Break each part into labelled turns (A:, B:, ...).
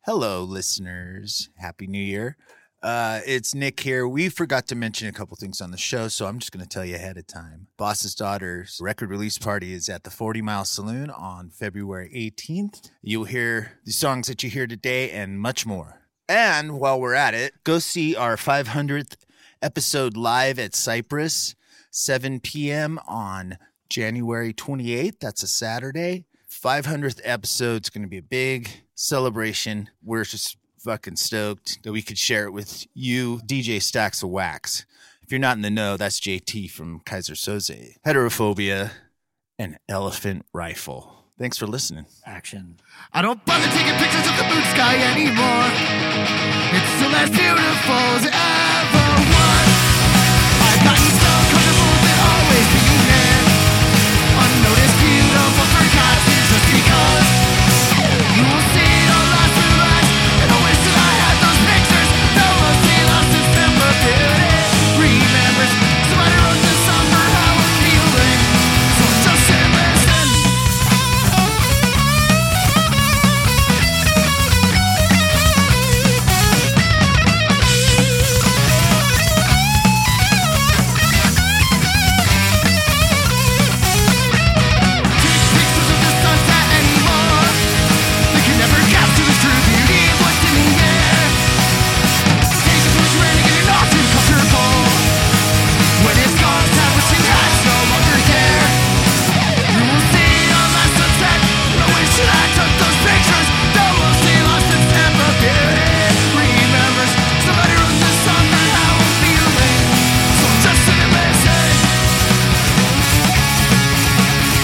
A: Hello, listeners. Happy New Year. Uh, it's Nick here. We forgot to mention a couple things on the show, so I'm just going to tell you ahead of time. Boss's Daughter's record release party is at the 40 Mile Saloon on February 18th. You'll hear the songs that you hear today and much more. And while we're at it, go see our 500th episode live at Cypress, 7 p.m. on January 28th. That's a Saturday. 500th episode's going to be a big celebration. We're just fucking stoked that we could share it with you, DJ Stacks of Wax. If you're not in the know, that's JT from Kaiser Soze, Heterophobia, and Elephant Rifle. Thanks for listening.
B: Action.
C: I don't bother taking pictures of the moon sky anymore. It's still as beautiful as it ever was. I've gotten so comfortable with always being there. Unnoticed, beautiful, forgotten just because. You will see it all lost through us. And I wish that I had those pictures. No one see lost December beauty. Remembers somebody wrote the summer how I'm feeling. So just sit and listen. Pictures of the sunset anymore. They can never capture the true beauty of what's in the air. Stations which ran to get all too comfortable. When it's gone, that which you had's no longer there. You will see on that sunset. I wish that I took those pictures. That will see lost in Tampa beauty. Remembers somebody wrote this song that how I'm feeling. So just sit and listen.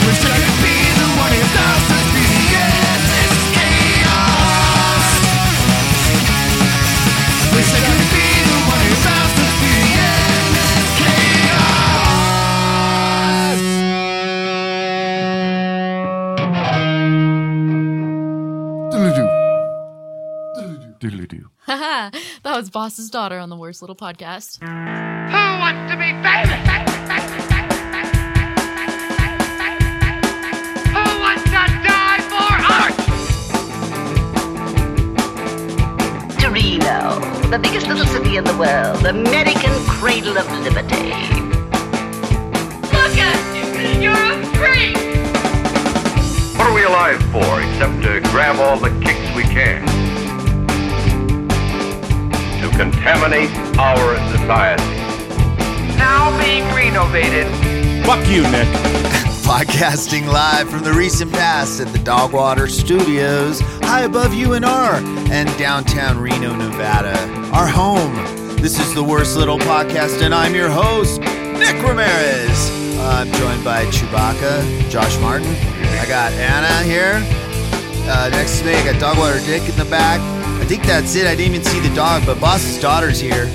C: Wish I could be the one who does this beauty this chaos. Wish I could be the one who does this beauty this chaos. Doodle-doo. Doodle-doo.
D: Doodly-doo.
E: that was Boss's daughter on the worst little podcast.
F: Who wants to be famous? Who wants to die for art?
G: Torino, the biggest little city in the world, American cradle of liberty.
F: Look at you! You're a freak!
H: What are we alive for except to grab all the kicks we can? To contaminate our society.
F: Now being renovated.
D: Fuck you, Nick.
A: Podcasting live from the recent past at the Dogwater Studios, high above UNR and downtown Reno, Nevada, our home. This is the worst little podcast, and I'm your host, Nick Ramirez. Uh, I'm joined by Chewbacca, Josh Martin. I got Anna here. Uh, next to me, I got Dogwater Dick in the back. I think that's it. I didn't even see the dog, but Boss's daughter's here.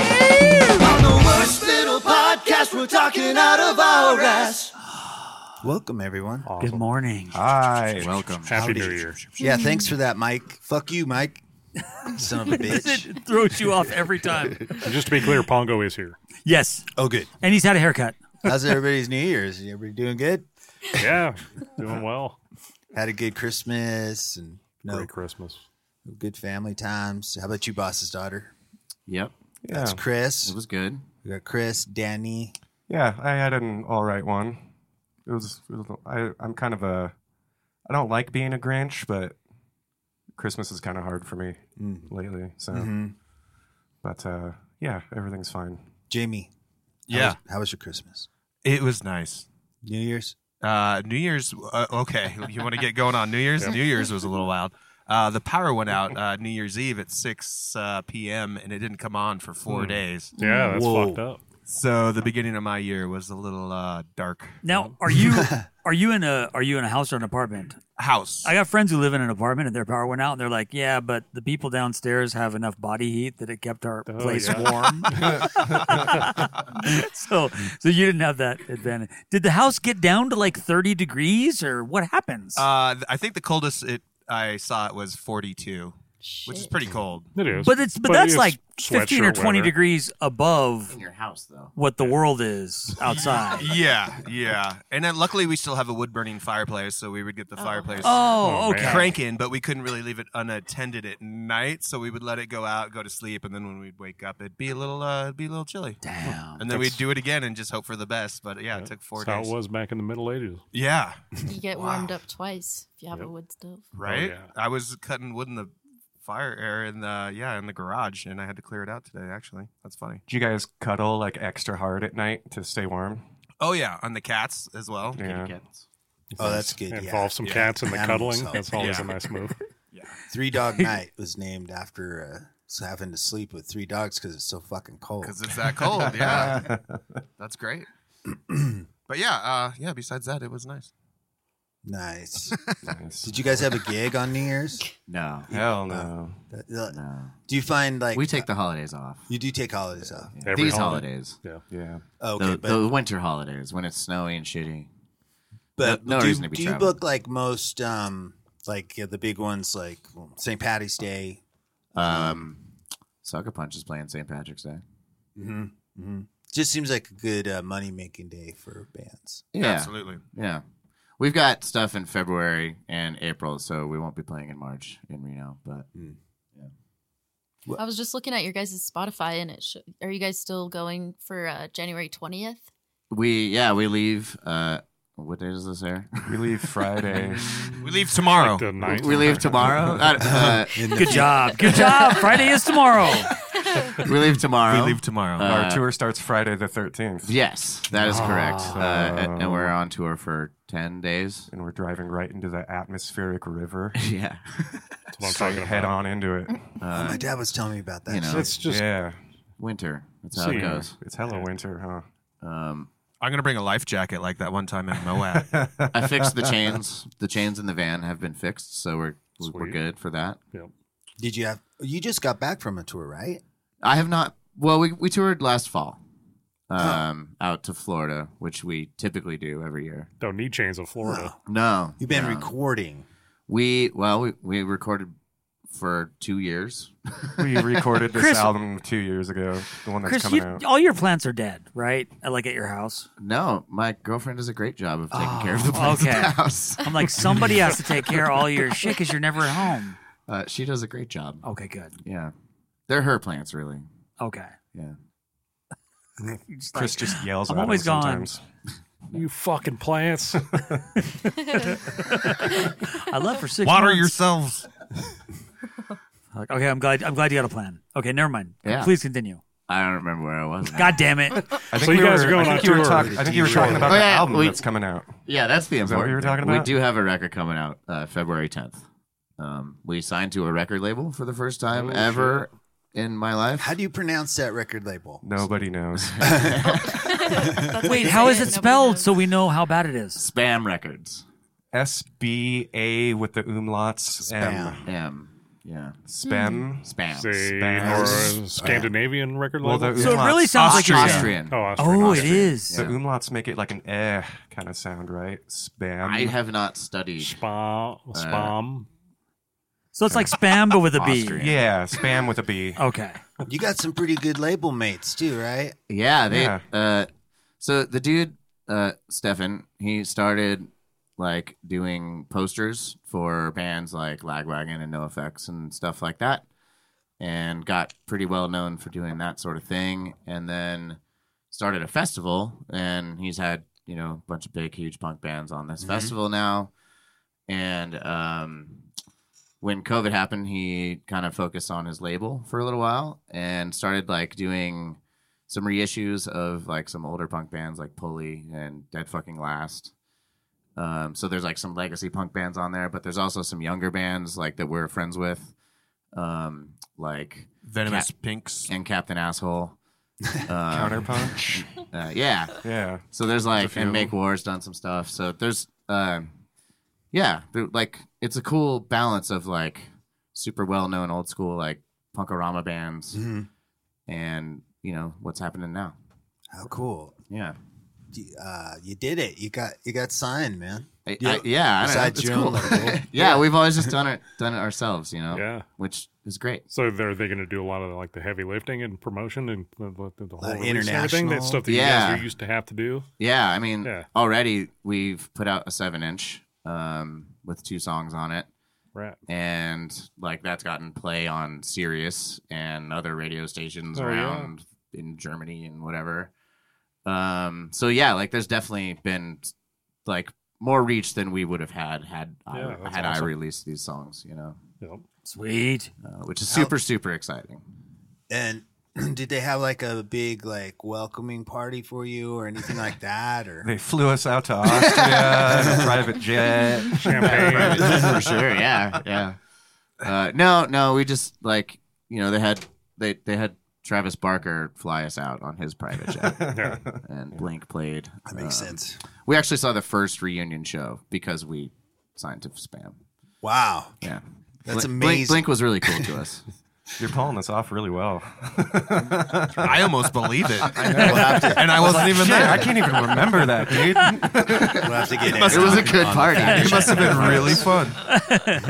C: On the worst little podcast, we're talking out of our ass.
A: Welcome, everyone.
B: Good morning.
D: Hi.
A: Welcome.
I: Happy New Year.
A: Yeah, thanks for that, Mike. Fuck you, Mike. Son of a bitch.
B: It throws you off every time.
I: And just to be clear, Pongo is here.
B: Yes.
A: Oh, good.
B: And he's had a haircut.
A: How's everybody's New Year's? Everybody doing good?
I: Yeah, doing well.
A: Had a good Christmas and
D: Oh.
A: no
I: Great Christmas.
A: good family times. How about you, boss's daughter?
J: Yep,
D: Yeah.
A: That's Chris.
J: it was good.
A: we got Chris, Danny.
D: yeah, I had an all right one. It was. It was I, I'm kind of a. I don't like being a Grinch, but Christmas is kind of hard for me
H: Mm-hmm.
D: lately. So, but uh, yeah, everything's fine.
A: Jamie. how
K: Yeah,
A: was- How was your Christmas?
K: it was nice.
A: New Year's? Oh,
K: Uh, New Year's, uh, okay, you want to get going on New Year's? New Year's was a little wild. Uh, the power went out uh, New Year's Eve at 6 uh, p.m. and it didn't come on for
J: Hmm.
K: four days.
I: Yeah, that's
A: Whoa.
I: fucked up.
K: So the beginning of my year was a little uh, dark.
B: Now, are you are you in a are you in a house or an apartment?
K: House.
B: I got friends who live in an apartment and their power went out and they're like, "Yeah, but the people downstairs have enough body heat that it kept our
I: Oh,
B: place
I: yeah.
B: warm." so, so you didn't have that advantage. Did the house get down to like 30 degrees or what happens?
C: Uh,
K: Uh, th- I think the coldest it I saw it was 42.
E: Shit.
C: which is pretty cold.
H: It is.
B: But it's but, that's like fifteen or
H: sweatshirt
B: twenty
H: weather.
B: degrees above
G: in your house though.
B: what the world is outside.
C: Yeah, yeah. And then luckily we still have a wood burning fireplace, so we would get the fireplace
B: oh,
H: Oh,
B: okay.
H: man.
C: cranking, but we couldn't really leave it unattended at night, so we would let it go out, go to sleep, and then when we'd wake up, it'd be a little, uh, it'd be a little chilly.
B: Damn.
C: And then we'd
H: That's-
C: do it again and just hope for the best. But yeah, it took four
H: That's how
C: days.
H: it was Oh, back in the Middle Ages.
C: Yeah,
E: You get
C: Wow.
E: warmed up twice if you have
H: Yep.
E: a wood stove.
C: right.
H: yeah.
C: I was cutting wood in the fire or in the yeah in the garage, and I had to clear it out today. Actually, that's funny.
D: Do you guys cuddle like extra hard at night to stay warm?
C: Oh yeah, on the cats as well.
D: Yeah.
G: Kids.
A: Oh, that's good.
H: Involve
A: Yeah.
H: some
C: yeah.
H: cats in the
A: Animal
H: cuddling.
A: cell.
H: That's always
C: Yeah.
H: a nice move.
A: Three Dog Night was named after uh, having to sleep with three dogs because it's so fucking cold.
C: Because it's that cold. Yeah, that's great. but yeah, uh, yeah. Besides that, it was nice.
A: Nice.
D: Nice.
A: Did you guys have a gig on New Year's?
G: No,
D: Hell no.
A: That- that-
G: no.
A: Do you find like uh,
G: We take the holidays off.
A: you do take holidays off?
G: Yeah.
H: Every
G: These
H: holiday.
G: holidays,
D: Yeah.
A: Oh,
G: the,
A: okay, but,
G: the winter holidays when it's snowy and shitty.
A: but
G: no
A: do,
G: reason to be
A: do you
G: traveling.
A: book like most um like uh, the big ones like St. Patty's Day?
G: Um, Sucker Punch is playing St. Patrick's Day.
A: Mm-hmm. hmm Just seems like a good uh, money making day for bands.
G: Yeah,
C: Absolutely.
G: yeah. We've got stuff in February and April, so we won't be playing in March in Reno. But
E: I was just looking at your guys' Spotify, and it sh- are you guys still going for uh, January twentieth?
G: we, yeah, we leave. Uh, what day does this air?
D: We leave Friday.
C: We leave
G: Oh.
C: tomorrow.
H: The ninth.
G: we leave tomorrow. Uh, uh,
B: Good job. Good job. Friday is tomorrow.
G: we leave tomorrow.
C: We leave tomorrow.
G: Uh,
D: Our tour starts Friday the 13th.
G: Yes, that is correct.
D: Ah.
G: Uh, and- and we're on tour for ten days.
D: And we're driving right into the atmospheric river.
G: yeah.
H: That's what I'm
D: Straight
H: talking
D: head
H: about.
D: on into it.
A: Oh, my dad was telling me about that.
G: Um, you know.
A: shit.
H: It's just
D: yeah.
G: Winter. That's how
H: See.
G: it goes.
D: It's hella winter, huh?
G: Um,
C: I'm gonna bring a life jacket like that one time in Moab.
G: I fixed the chains. The chains in the van have been fixed, so we're we're
H: Sweet.
G: good for that.
A: Did you have? You just got back from a tour, right?
G: I have not. Well, we we toured last fall, um, out to Florida, which we typically do every year.
H: don't need chains in Florida.
G: No,
A: You've been
G: no.
A: recording.
G: we well we, we recorded for two years.
D: we recorded this
B: Chris-
D: album two years ago, the one that's
B: Chris,
D: coming
B: you,
D: out.
B: all your plants are dead, right? Uh, Like at your house.
G: No, my girlfriend does a great job of taking care of the
B: Oh,
G: plants at
B: okay.
G: the house.
B: I'm like somebody has to take care of all your shit because you're never at home.
G: Uh, she does a great job.
B: Okay, good.
G: Yeah, they're her plants, really.
B: Okay.
G: Yeah.
B: You're just
D: Chris
B: like,
D: just yells
B: I'm
D: at
B: always
D: him
B: gone.
D: sometimes.
H: You fucking plants.
B: I left for six.
C: Water
B: months.
C: yourselves.
B: Like, Okay, I'm glad. I'm glad you got a plan. Okay, never mind.
G: Yeah.
B: Please continue.
G: I don't remember where I was.
B: God damn it.
D: I think
H: So you
D: we
H: guys
D: were,
H: are going
D: I think
H: on
D: you were
H: tour.
D: talking. I think you were talking about
G: Oh,
D: the
G: yeah,
D: album
G: we-
D: that's coming out.
G: Yeah, that's the
D: that what
G: important.
D: you were talking
G: thing.
D: about?
G: We do have a record coming out uh, February 10th. Um, we signed to a record label for the first time
D: Oh,
G: ever in my life.
A: How do you pronounce that record label?
D: Nobody knows.
B: Wait, how is it spelled so we know how bad it is?
G: Spam Records.
D: S B A with the umlauts. M.
A: Spam.
G: Damn. Yeah.
H: Hmm.
D: Spam.
G: Spam.
H: Say, or
D: Spam.
H: a Scandinavian record
D: Well,
H: label.
D: the
B: So it
D: umlauts-
B: really sounds
G: Austria.
B: like you're.
G: Austrian.
H: oh, Austrian.
B: Oh, it
H: Austrian.
B: is.
D: The
G: Yeah.
D: umlauts make it like an eh kind of sound, right? Spam.
G: I have not studied.
H: Spa, spam.
B: So it's like spam but with a B.
G: Austrian.
D: Yeah, spam with a B.
B: Okay.
A: You got some pretty good label mates too, right?
G: Yeah, they.
D: Yeah.
G: Uh, so the dude, uh, Stefan, he started like doing posters for bands like Lagwagon and No Effects and stuff like that, and got pretty well known for doing that sort of thing. And then started a festival, and he's had you know a bunch of big, huge punk bands on this festival now. And um, when COVID happened, he kind of focused on his label for a little while and started like doing some reissues of like some older punk bands like Pulley and Dead Fucking Last. Um, so there's like some legacy punk bands on there, but there's also some younger bands like that we're friends with, um, like
C: Venomous
G: Cat-
C: pinks.
G: and Captain Asshole. Um,
D: Counterpunch.
G: uh, yeah.
D: yeah.
G: So there's like
D: few
G: and
D: of
G: Make War's done some stuff. So there's um yeah, there- like it's a cool balance of like super well known old school like punkorama bands
A: Mhm.
G: and you know what's happening now.
A: How cool!
G: Yeah.
A: uh, you did it. You got you got signed, man.
G: I- I- yeah, I know.
A: Besides
G: It's
A: your
G: cool.
A: own level.
G: yeah, we've always just done it done it ourselves, you know.
H: Yeah.
G: which is great.
H: So they're they going to do a lot of like the heavy lifting and promotion and the, the, the whole
A: Uh,
H: release and everything that
A: international.
H: stuff that you
G: Yeah.
H: guys are used to have to do.
G: Yeah, I mean,
H: Yeah.
G: already we've put out a seven inch um, with two songs on it,
H: Right.
G: and like that's gotten play on Sirius and other radio stations
H: Oh, yeah.
G: around in Germany and whatever. Um, so yeah, like there's definitely been like more reach than we would have had had I,
H: Yeah, that's
G: had
H: awesome.
G: I released these songs, you know,
H: Yep.
B: Sweet.
G: uh, which is
A: How-
G: super super exciting.
A: And did they have like a big like welcoming party for you or anything like that? Or
D: They flew us out to Austria in a private jet.
H: Champagne.
G: for sure. Yeah, yeah. Uh, no, no, we just like you know they had they they had Travis Barker fly us out on his private jet,
H: Yeah.
G: and Blink played.
A: that makes
G: Um,
A: sense.
G: We actually saw the first reunion show because we signed to Spam.
A: Wow,
G: Yeah,
A: that's
G: Blink-
A: amazing.
G: Blink, Blink was really cool to us.
D: You're pulling this off really well.
C: I almost believe it,
A: We'll have to-
C: and I wasn't even
D: Shit,
C: there.
D: I can't even remember that, dude.
A: we'll have to get
G: it was a
A: everyone
G: good
A: on.
G: party.
C: It must have been really fun.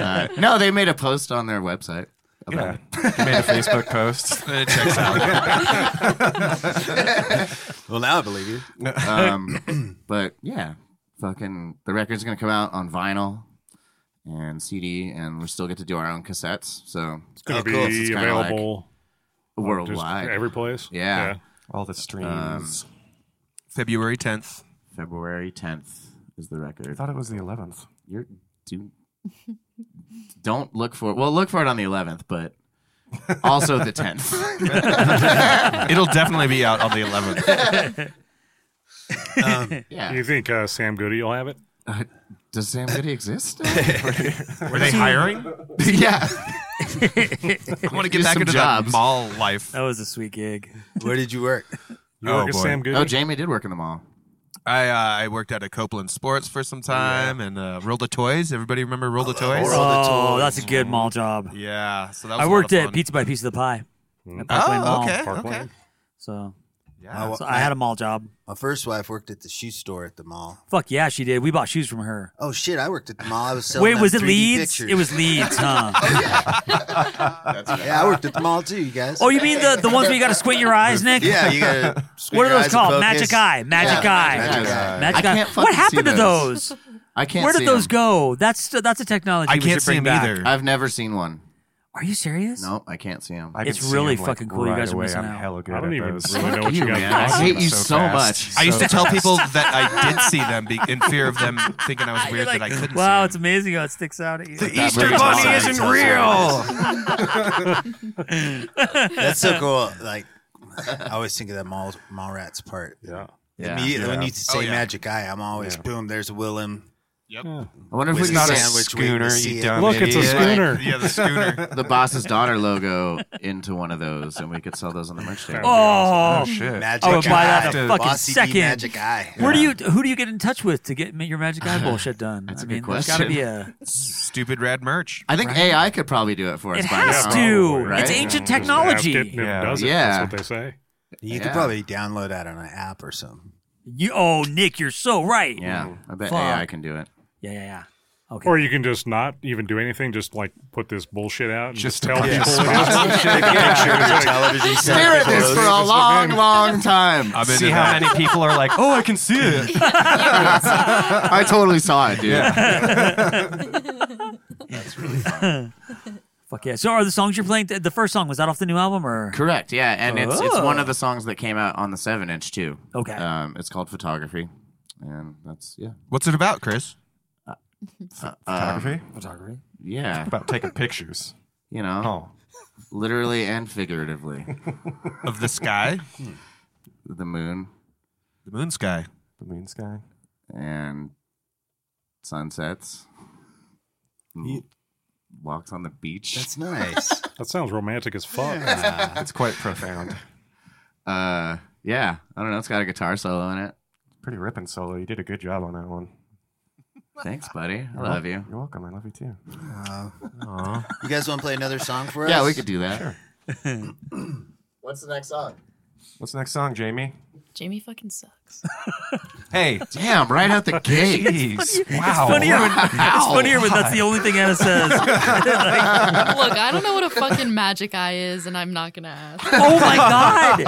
G: Uh, no, they made a post on their website.
D: Yeah, you made a Facebook post.
C: It checks out.
A: Well, now I believe you.
G: Um, but yeah, fucking the record's gonna come out on vinyl and CD, and we still get to do our own cassettes. So
H: It's going
A: Oh,
H: to
A: cool.
H: be
G: It's kinda like
H: available just
G: worldwide,
H: every place.
G: Yeah. Um,
D: All the streams.
C: February 10th.
G: February 10th is the
D: I
G: record.
D: thought it was the 11th.
G: You're do don't look for well, look for it on the 11th, but also the 10th.
C: It'll definitely be out on the 11th.
H: Do
G: Yeah.
H: You think uh, Sam Goody will have it?
G: Uh, does Sam Goody exist?
C: Were they hiring?
G: yeah.
C: I want to
G: Do
C: get back
G: some
C: into
G: jobs.
C: that mall life.
B: That was a sweet gig.
A: Where did you work?
H: You
C: Oh,
H: work at
C: boy.
H: Sam Goody?
G: Oh, Jamie did work in the mall.
C: I uh, I worked out at Copeland Sports for some time and uh, Roll the Toys. Everybody remember Roll the Toys?
B: Oh, that's a good mall job.
C: Yeah. So that was
B: I
C: a lot
B: worked
C: of
B: at
C: fun.
B: Pizza by Piece of the Pie.
A: Mm-hmm.
B: At Park Lane
C: Oh,
B: Mall.
C: okay.
H: Park
C: okay.
H: Lane.
B: So,
C: Yeah.
A: Well,
B: so I had a mall job.
A: My first wife worked at the shoe store at the mall.
B: Fuck yeah, she did. We bought shoes from her.
A: Oh shit, I worked at the mall. I was selling.
B: Wait,
A: them
B: was it
A: 3D
B: Leeds?
A: Pictures.
B: It was Leeds, huh?
A: Uh, Yeah, I worked at the mall too, you guys.
B: oh, you mean the, the ones where you got to squint your eyes, Nick?
A: yeah, you gotta. squint
B: What are
A: your
B: those
A: eyes and
B: called?
A: focus.
B: Magic Eye. Magic Eye.
G: Magic Eye.
B: Magic
G: I
B: Eye.
G: can't fucking
B: What
G: see
B: happened to
G: those.
B: those?
G: I can't
B: Where
G: see
B: did those
G: 'em.
B: go? That's that's a technology.
C: I
B: we
C: can't
B: should
C: see
B: bring
C: him
B: back.
C: either.
G: I've never seen one.
B: Are you serious?
G: No, I can't see them.
D: I
B: It's
D: can see
B: really
D: 'em, like,
B: fucking cool. You
D: right
B: guys are
D: away.
B: missing
D: I'm
B: out.
D: hella good
H: I don't
D: at
H: even
D: those.
H: really know what you guys
G: man. I hate you so much.
D: fast.
C: I used to
D: So
C: tell people that I did see them be- in fear of them thinking I was weird that I couldn't
B: Wow, it's
C: see
B: amazing how it sticks out at you.
C: them.
G: Easter movie's Bunny awesome. isn't
C: real.
A: That's so cool. Like, I always think of that mall mall rats part.
H: Yeah.
G: Yeah.
A: Immediately when
D: Yeah.
A: you say
C: Oh, yeah.
A: Magic Eye, I'm always boom. There's Willem.
G: I wonder if we
A: It's
G: can
A: not a
G: get
A: sandwich. waiting to
D: Schooner,
A: see
D: you
A: it.
D: dumb
H: Look, it's a
D: idiot.
H: schooner.
C: Yeah, the schooner.
G: the boss's daughter logo into one of those, and we could sell those on the merch table.
B: Oh,
D: Oh, shit.
A: Magic
B: I would buy
A: Eye.
B: that in a
D: Dude,
B: fucking
A: Bossy D
B: second.
A: Magic Eye.
B: Where do you? Who do you get in touch with to get your magic eye bullshit done? I
G: That's a good
B: mean, there's got to be a.
C: Stupid rad merch.
G: I think AI could probably do it for us.
B: It
G: by
B: has
G: now.
B: to.
G: right?
B: It's ancient
H: Just ask it and
B: technology.
H: it
D: Yeah.
H: does it.
G: Yeah.
H: That's what they say.
A: You
G: Yeah.
A: could probably download that on an app or something.
B: You, oh, Nick, you're so right.
G: Yeah, I bet
B: Fuck.
G: AI can do it.
B: yeah, yeah. yeah. Okay.
H: Or you can just not even do anything. Just like put this bullshit out and just,
D: Just
H: tell
D: yeah.
H: people it is.
A: Take a picture of your television set.
G: Stare at this for
A: photos.
G: a long, long time.
C: I'm
D: See
C: into
D: how
C: that.
D: many people are like, oh, I can see it.
G: I totally saw it, dude.
B: Fuck yeah. So are the songs you're playing? The first song was that off the new album or?
G: Correct. Yeah, and
D: Uh-huh.
G: it's it's
B: Oh.
G: one of the songs that came out on the seven inch too.
B: Okay.
G: Um, it's called Photography, and that's yeah.
C: What's it about, Chris?
D: Um, Photography?
B: Photography.
G: Yeah,
D: About taking pictures.
G: you know,
D: Oh.
G: literally and figuratively,
C: Of the sky,
G: the moon
C: the moon sky.
D: The moon sky.
G: and sunsets,
A: You-
G: walks on the beach.
A: That's nice.
H: That sounds romantic as fuck.
D: It's quite profound.
G: uh, yeah, I don't know. It's got a guitar solo in it.
D: Pretty ripping solo. You did a good job on that one.
G: Thanks, buddy. I love you.
D: You're welcome. I love you too.
A: You guys want to play another song for us?
G: Yeah, we could do that. What's the next song?
D: What's the next song, Jamie?
E: Jamie fucking sucks.
C: Hey,
G: damn! Right out the gate.
B: It's funnier when it's funnier when that's the
G: Oh.
B: only thing Anna says.
E: Look, I don't know what a fucking magic eye is, and I'm not gonna ask.
B: oh my god,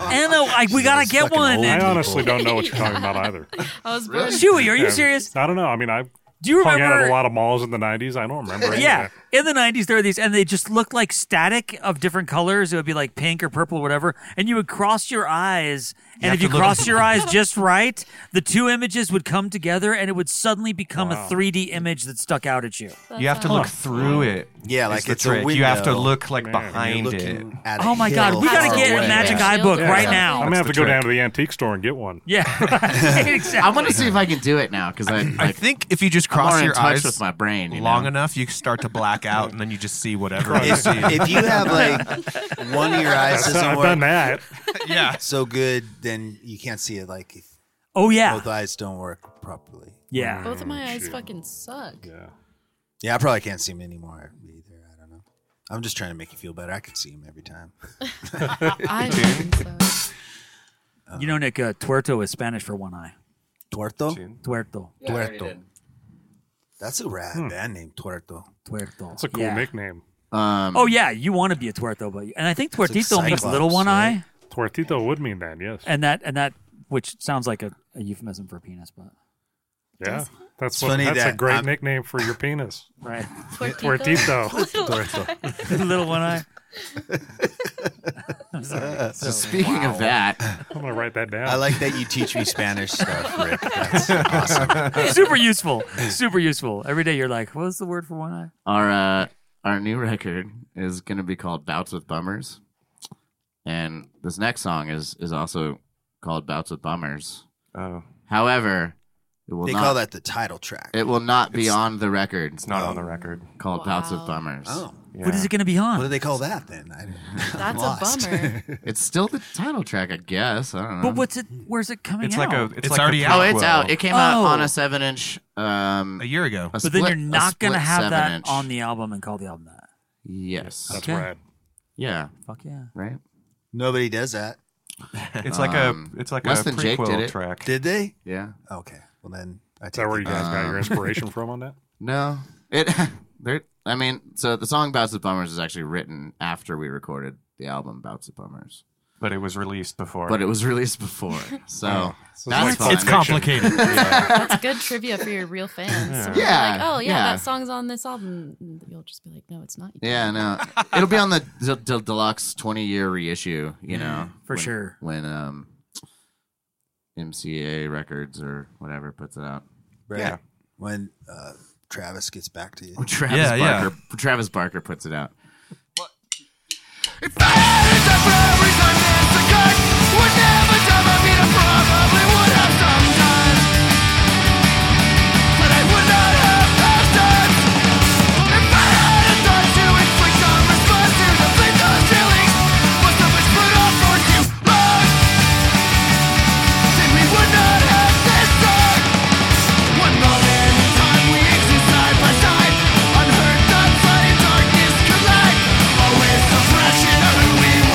B: Anna, I, we gotta get one.
H: I honestly don't know what you're talking about either.
E: I was born-
B: Chewy, are you serious?
H: I don't know. I mean, I do
B: you
H: hung out at
B: remember-
H: a lot of malls in the '90s. I don't remember. any of
B: Yeah,
H: that.
B: in the '90s there were these, and they just looked like static of different colors. It would be like pink or purple, or whatever, and you would cross your eyes.
L: You
B: And
L: have
B: if you
L: to look-
B: crossed your eyes just right, the two images would come together, and it would suddenly become
D: Wow.
B: a 3D image that stuck out at you.
D: You have to look through it.
A: Yeah,
D: is
A: like
D: the
A: it's a
D: trick. You have to
A: window.
D: look like
A: Man,
D: behind
A: you're
D: it.
A: looking at a
B: Oh my
A: hill
B: God, we gotta
A: far
B: get a
A: away.
B: magic eye book Yeah. right now.
H: I'm gonna
B: What's
H: have to
B: the
H: go
B: trick?
H: down to the antique store and get one.
B: Yeah, exactly.
G: I want to see if I can do it now because I,
C: I
G: like,
C: think if you just
G: I'm more
C: cross
G: in
C: your
G: touch
C: eyes
G: with my brain, you
C: long
G: know?
C: enough, you start to black out, and then you just see whatever. you
A: If,
C: see.
A: if you have like one of your eyes
H: That's-
A: doesn't
H: I've
A: work,
H: done that.
C: yeah,
A: so good, then you can't see it. Like, if
B: Oh yeah,
A: both eyes don't work properly.
B: yeah.
E: Both of my eyes fucking suck.
H: Yeah.
A: Yeah, I probably can't see him anymore either. I don't know. I'm just trying to make you feel better. I could see him every time.
E: I fucking suck.
B: You know, Nick, uh, tuerto is Spanish for one eye.
A: Tuerto?
B: Tuerto,
A: Tuerto. That's a rad
H: Hmm.
A: band name, Tuerto.
B: tuerto. That's
H: It's a cool nickname.
G: Um,
B: Oh yeah, you want to be a tuerto, but and I think
A: like
B: tuertito means
A: Cyclops,
B: little one
A: right?
B: eye,
H: Tortito would mean that. Yes.
B: and that and that which sounds like a, a euphemism for penis, but
H: Yeah. That's
A: It's
H: what,
A: funny
H: That's a
A: that
H: great
A: I'm-
H: nickname for your penis.
B: right,
H: Tortito.
B: little one eye. I'm sorry.
G: so speaking of that,
H: I'm gonna write that down.
A: I like that you teach me Spanish stuff, Rick. That's awesome.
B: super useful, super useful. Every day you're like, what's the word for one eye?
G: our uh, our new record is going to be called Bouts with Bummers, and this next song is is also called Bouts with Bummers.
D: Oh,
G: However, it will
A: They
G: not
A: call that the title track. Oh,
G: it will not be on the record Um,
D: it's not on the record.
G: called Bouts with
E: Wow.
G: Bummers.
A: Oh,
D: Yeah.
B: What is it going to be on?
A: what do they call that then? I,
E: That's a
A: lost.
E: bummer.
G: It's still the title track, I guess. I don't know.
B: but what's it? Where's it coming
D: It's
B: out?
D: like a. It's,
C: It's
D: like the
C: already out.
G: Oh, it's
D: prequel.
G: out. It came out
B: Oh.
G: on a seven inch. Um,
C: a year ago.
G: a
B: but then
G: split-
B: you're
G: a
B: not going to
G: split
B: have that
G: seven-inch.
B: on the album and call the album that.
G: Yes.
H: That's
B: Okay.
H: rad.
G: Yeah.
B: Fuck yeah.
G: Right.
A: Nobody does that.
D: It's like
G: Um,
D: a. It's like
G: Less
D: a
G: Than Jake
D: prequel
G: did it.
D: track.
A: Did they?
G: Yeah.
A: Okay. Well, then I
H: Is
A: take
H: that where
A: it
H: you
A: back.
H: guys got your inspiration from on that?
G: No. It. there. I mean, so the song "Bouts of Bummers" is actually written after we recorded the album "Bouts of Bummers,"
D: But it was released before.
G: but it was released before. So that's
H: So like
G: fun.
C: It's complicated.
E: That's good trivia for your real fans. So when they're
G: Yeah,
E: Like, oh yeah,
G: yeah.
E: that song's on this album. You'll just be like, no, it's not.
G: Yeah. No. It'll be on the d- d- deluxe twenty year reissue. You know.
B: For
G: when-
B: sure.
G: When um. MCA Records or whatever puts it out.
A: Right.
D: Yeah.
A: When uh, Travis gets back to you.
G: When Travis
C: Yeah, yeah.
G: Barker, Travis Barker puts it out.
L: If I had a dime for every time this occurred, would never time I mean I probably would have sometimes. But I would not have bastards. If I had a dime to inflict on responses, I think those feelings was so much brutal for you. Lord, then we would not have this song. One moment in time we exist side by side. Unheard thoughts, light and darkness collide. Always the fraction of who we were.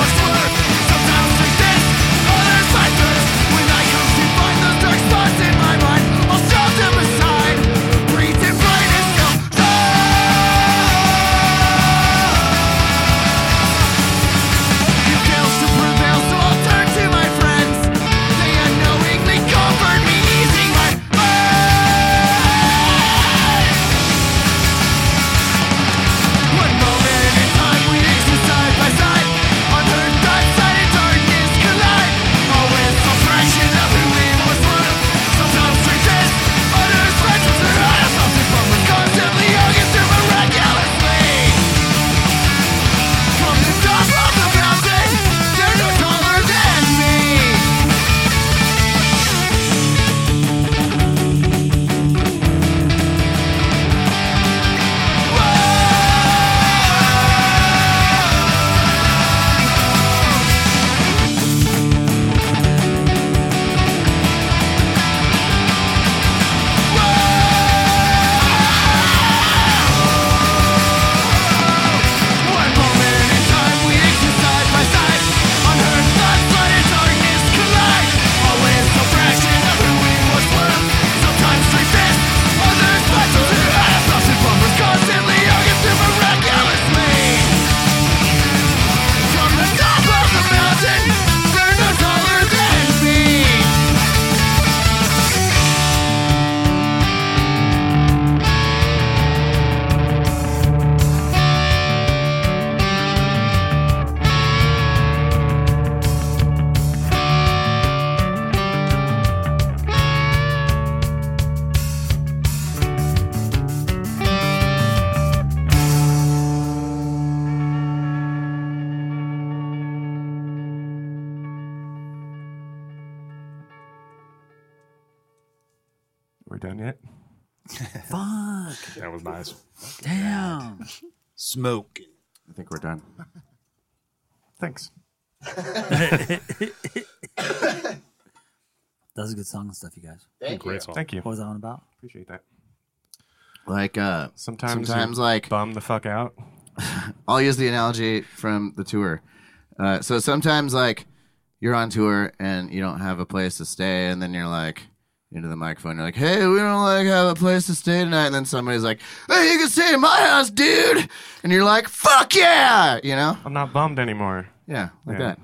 M: been it.
B: Fuck.
H: That was nice.
B: Damn.
A: Smoke.
D: I think we're done.
M: Thanks.
B: that was a good song and stuff, you guys.
D: Thank Great you. song.
M: Thank you.
B: What was that one about?
M: Appreciate that.
D: Like uh,
M: Sometimes,
D: sometimes
M: you
D: like
M: bum the fuck out.
D: I'll use the analogy from the tour. Uh, so sometimes, like, you're on tour and you don't have a place to stay, and then you're like, into the microphone, you're like, hey, we don't like have a place to stay tonight. And then somebody's like, hey, you can stay in my house, dude. And you're like, fuck yeah, you know?
M: I'm not bummed anymore.
D: Yeah, like
M: Yeah.
D: that.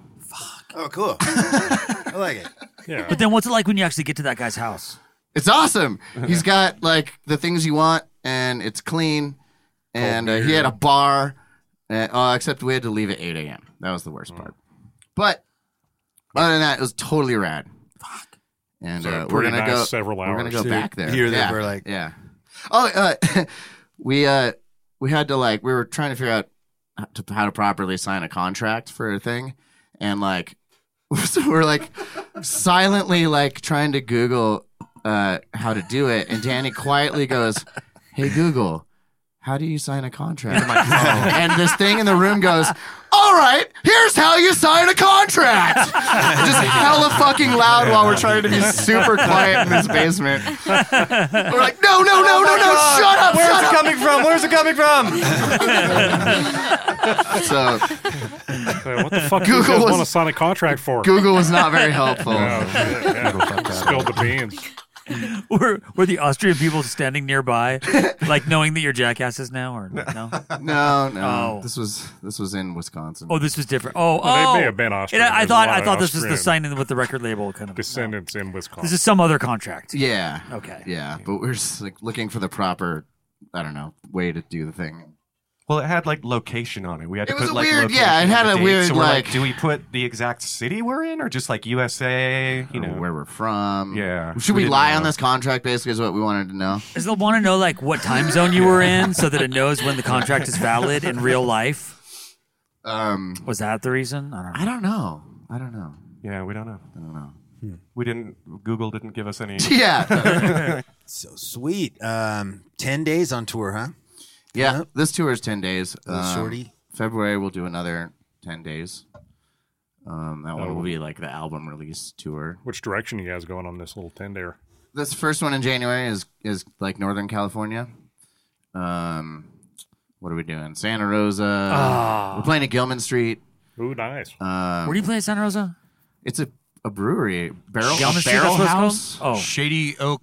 A: Oh, cool. I like it.
H: Yeah.
B: But then what's it like when you actually get to that guy's house?
D: It's awesome. He's got like the things you want, and it's clean, and uh, he had a bar. And, uh, except we had to leave at eight a.m. That was the worst
H: Mm.
D: part. But other than that, it was totally rad. Fuck. And
H: So,
D: uh, we're
H: pretty
D: gonna
H: nice
D: go.
H: several
D: We're gonna
H: hours.
D: go
H: So,
D: back there.
A: here they
D: yeah.
A: were, like-
D: yeah. Oh, uh, we uh, we had to like we were trying to figure out how to, how to properly sign a contract for a thing, and like so we're like silently like trying to Google uh, how to do it, and Danny quietly goes, "Hey Google, how do you sign a contract?" and this thing in the room goes, "All right, here's how you sign a contract." Just hella fucking loud while we're trying to be super quiet in this basement. We're like, "No, no, no, no, no!
H: Oh
D: Shut up!
C: Where's
D: shut
C: it
D: up!"
C: coming from? Where's it coming from?
D: So
H: Yeah, what the fuck do you
D: Google
H: guys
D: was-
H: want to sign a contract for?
D: Google was not very helpful.
H: Oh, shit, yeah. Spilled the beans.
B: Were, were the Austrian people standing nearby, like knowing that you're jackasses now or no?
D: No, no.
B: Oh.
D: This was this was in Wisconsin.
B: Oh, this was different. Oh,
H: Well,
B: oh.
H: they may have been Austrian.
B: And I, I
H: There's a
B: thought
H: lot
B: I
H: of
B: thought this was the
H: Austrian
B: signing with the record label kind of. no.
H: Descendants in Wisconsin.
B: This is some other contract.
D: Yeah.
B: Okay.
D: Yeah, but we're just like looking for the proper, I don't know, way to do the thing.
M: Well, it had like location on it. We had
D: It
M: to
D: was
M: put
D: a
M: like
D: weird-
M: location
D: yeah, it
M: and
D: had
M: the
D: a
M: date.
D: weird,
M: So we're like,
D: like-
M: do we put the exact city we're in, or just like USA? You
D: You know
M: know,
D: where we're from.
M: Yeah.
D: Should we,
M: We didn't
D: lie on
M: know.
D: this contract? Basically, is what we wanted to know.
B: Does it want to know like what time zone you were in so that it knows when the contract is valid in real life?
D: Um,
B: Was that the reason? I don't know.
D: I don't know. I don't know.
M: yeah, we don't know.
D: I don't know.
H: Hmm.
M: We didn't. Google didn't give us any.
D: Yeah,
A: So sweet. Um, 10 days on tour, huh?
D: yeah. This tour is ten days.
A: Little
D: Um,
A: shorty.
D: February we'll do another ten days. Um, that one will be like the album release tour.
H: Oh. Which direction you guys going on this little tender?
D: This first one in January is is like Northern California. Um, what are we doing? Santa Rosa. We're playing at Gilman Street.
H: Ooh, nice.
D: Um,
B: Where do you play at Santa Rosa?
D: It's a, a brewery. Barrel,
B: Down
D: a
B: the street,
D: barrel
B: that's what it's called? Oh,
D: house?
C: Shady Oak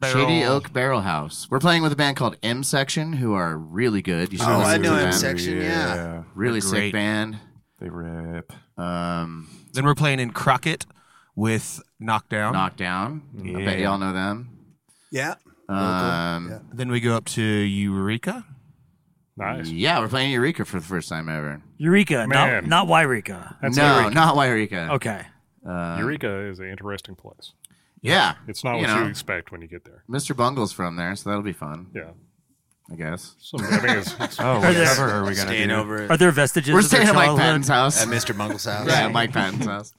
C: Barrel.
D: Shady Oak Barrel House. We're playing with a band called M Section, who are really good. You should
A: Oh,
D: listen
A: I
D: to
A: know
D: them.
A: M Section, yeah.
D: Really
C: They're
D: sick
C: great.
D: band.
M: They rip.
D: Um,
C: Then we're playing in Crockett with Knockdown.
D: Knockdown. I bet
M: Yeah.
D: y'all know them.
A: Yeah.
D: Um,
A: Yeah.
C: Then we go up to Eureka.
H: Nice.
D: Yeah, we're playing Eureka for the first time ever.
B: Eureka,
H: Man.
B: not not Yreka.
H: That's
D: no,
H: Eureka.
D: not Wairika.
B: Okay.
H: Eureka is an interesting place.
D: Yeah.
H: It's not
D: you
H: what
D: know,
H: you expect when you get there.
D: Mr. Bungle's from there, so that'll be fun,
H: Yeah.
D: I guess.
H: So, I mean, it's, it's
M: Oh,
B: there-
M: whatever are we gonna
A: Staying
M: do?
A: over
B: Are
A: at
B: there vestiges?
D: We're
B: of their
D: staying at Mike
B: childhood?
D: Patton's house.
A: at Mr. Bungle's house.
D: yeah, Mike Patton's house.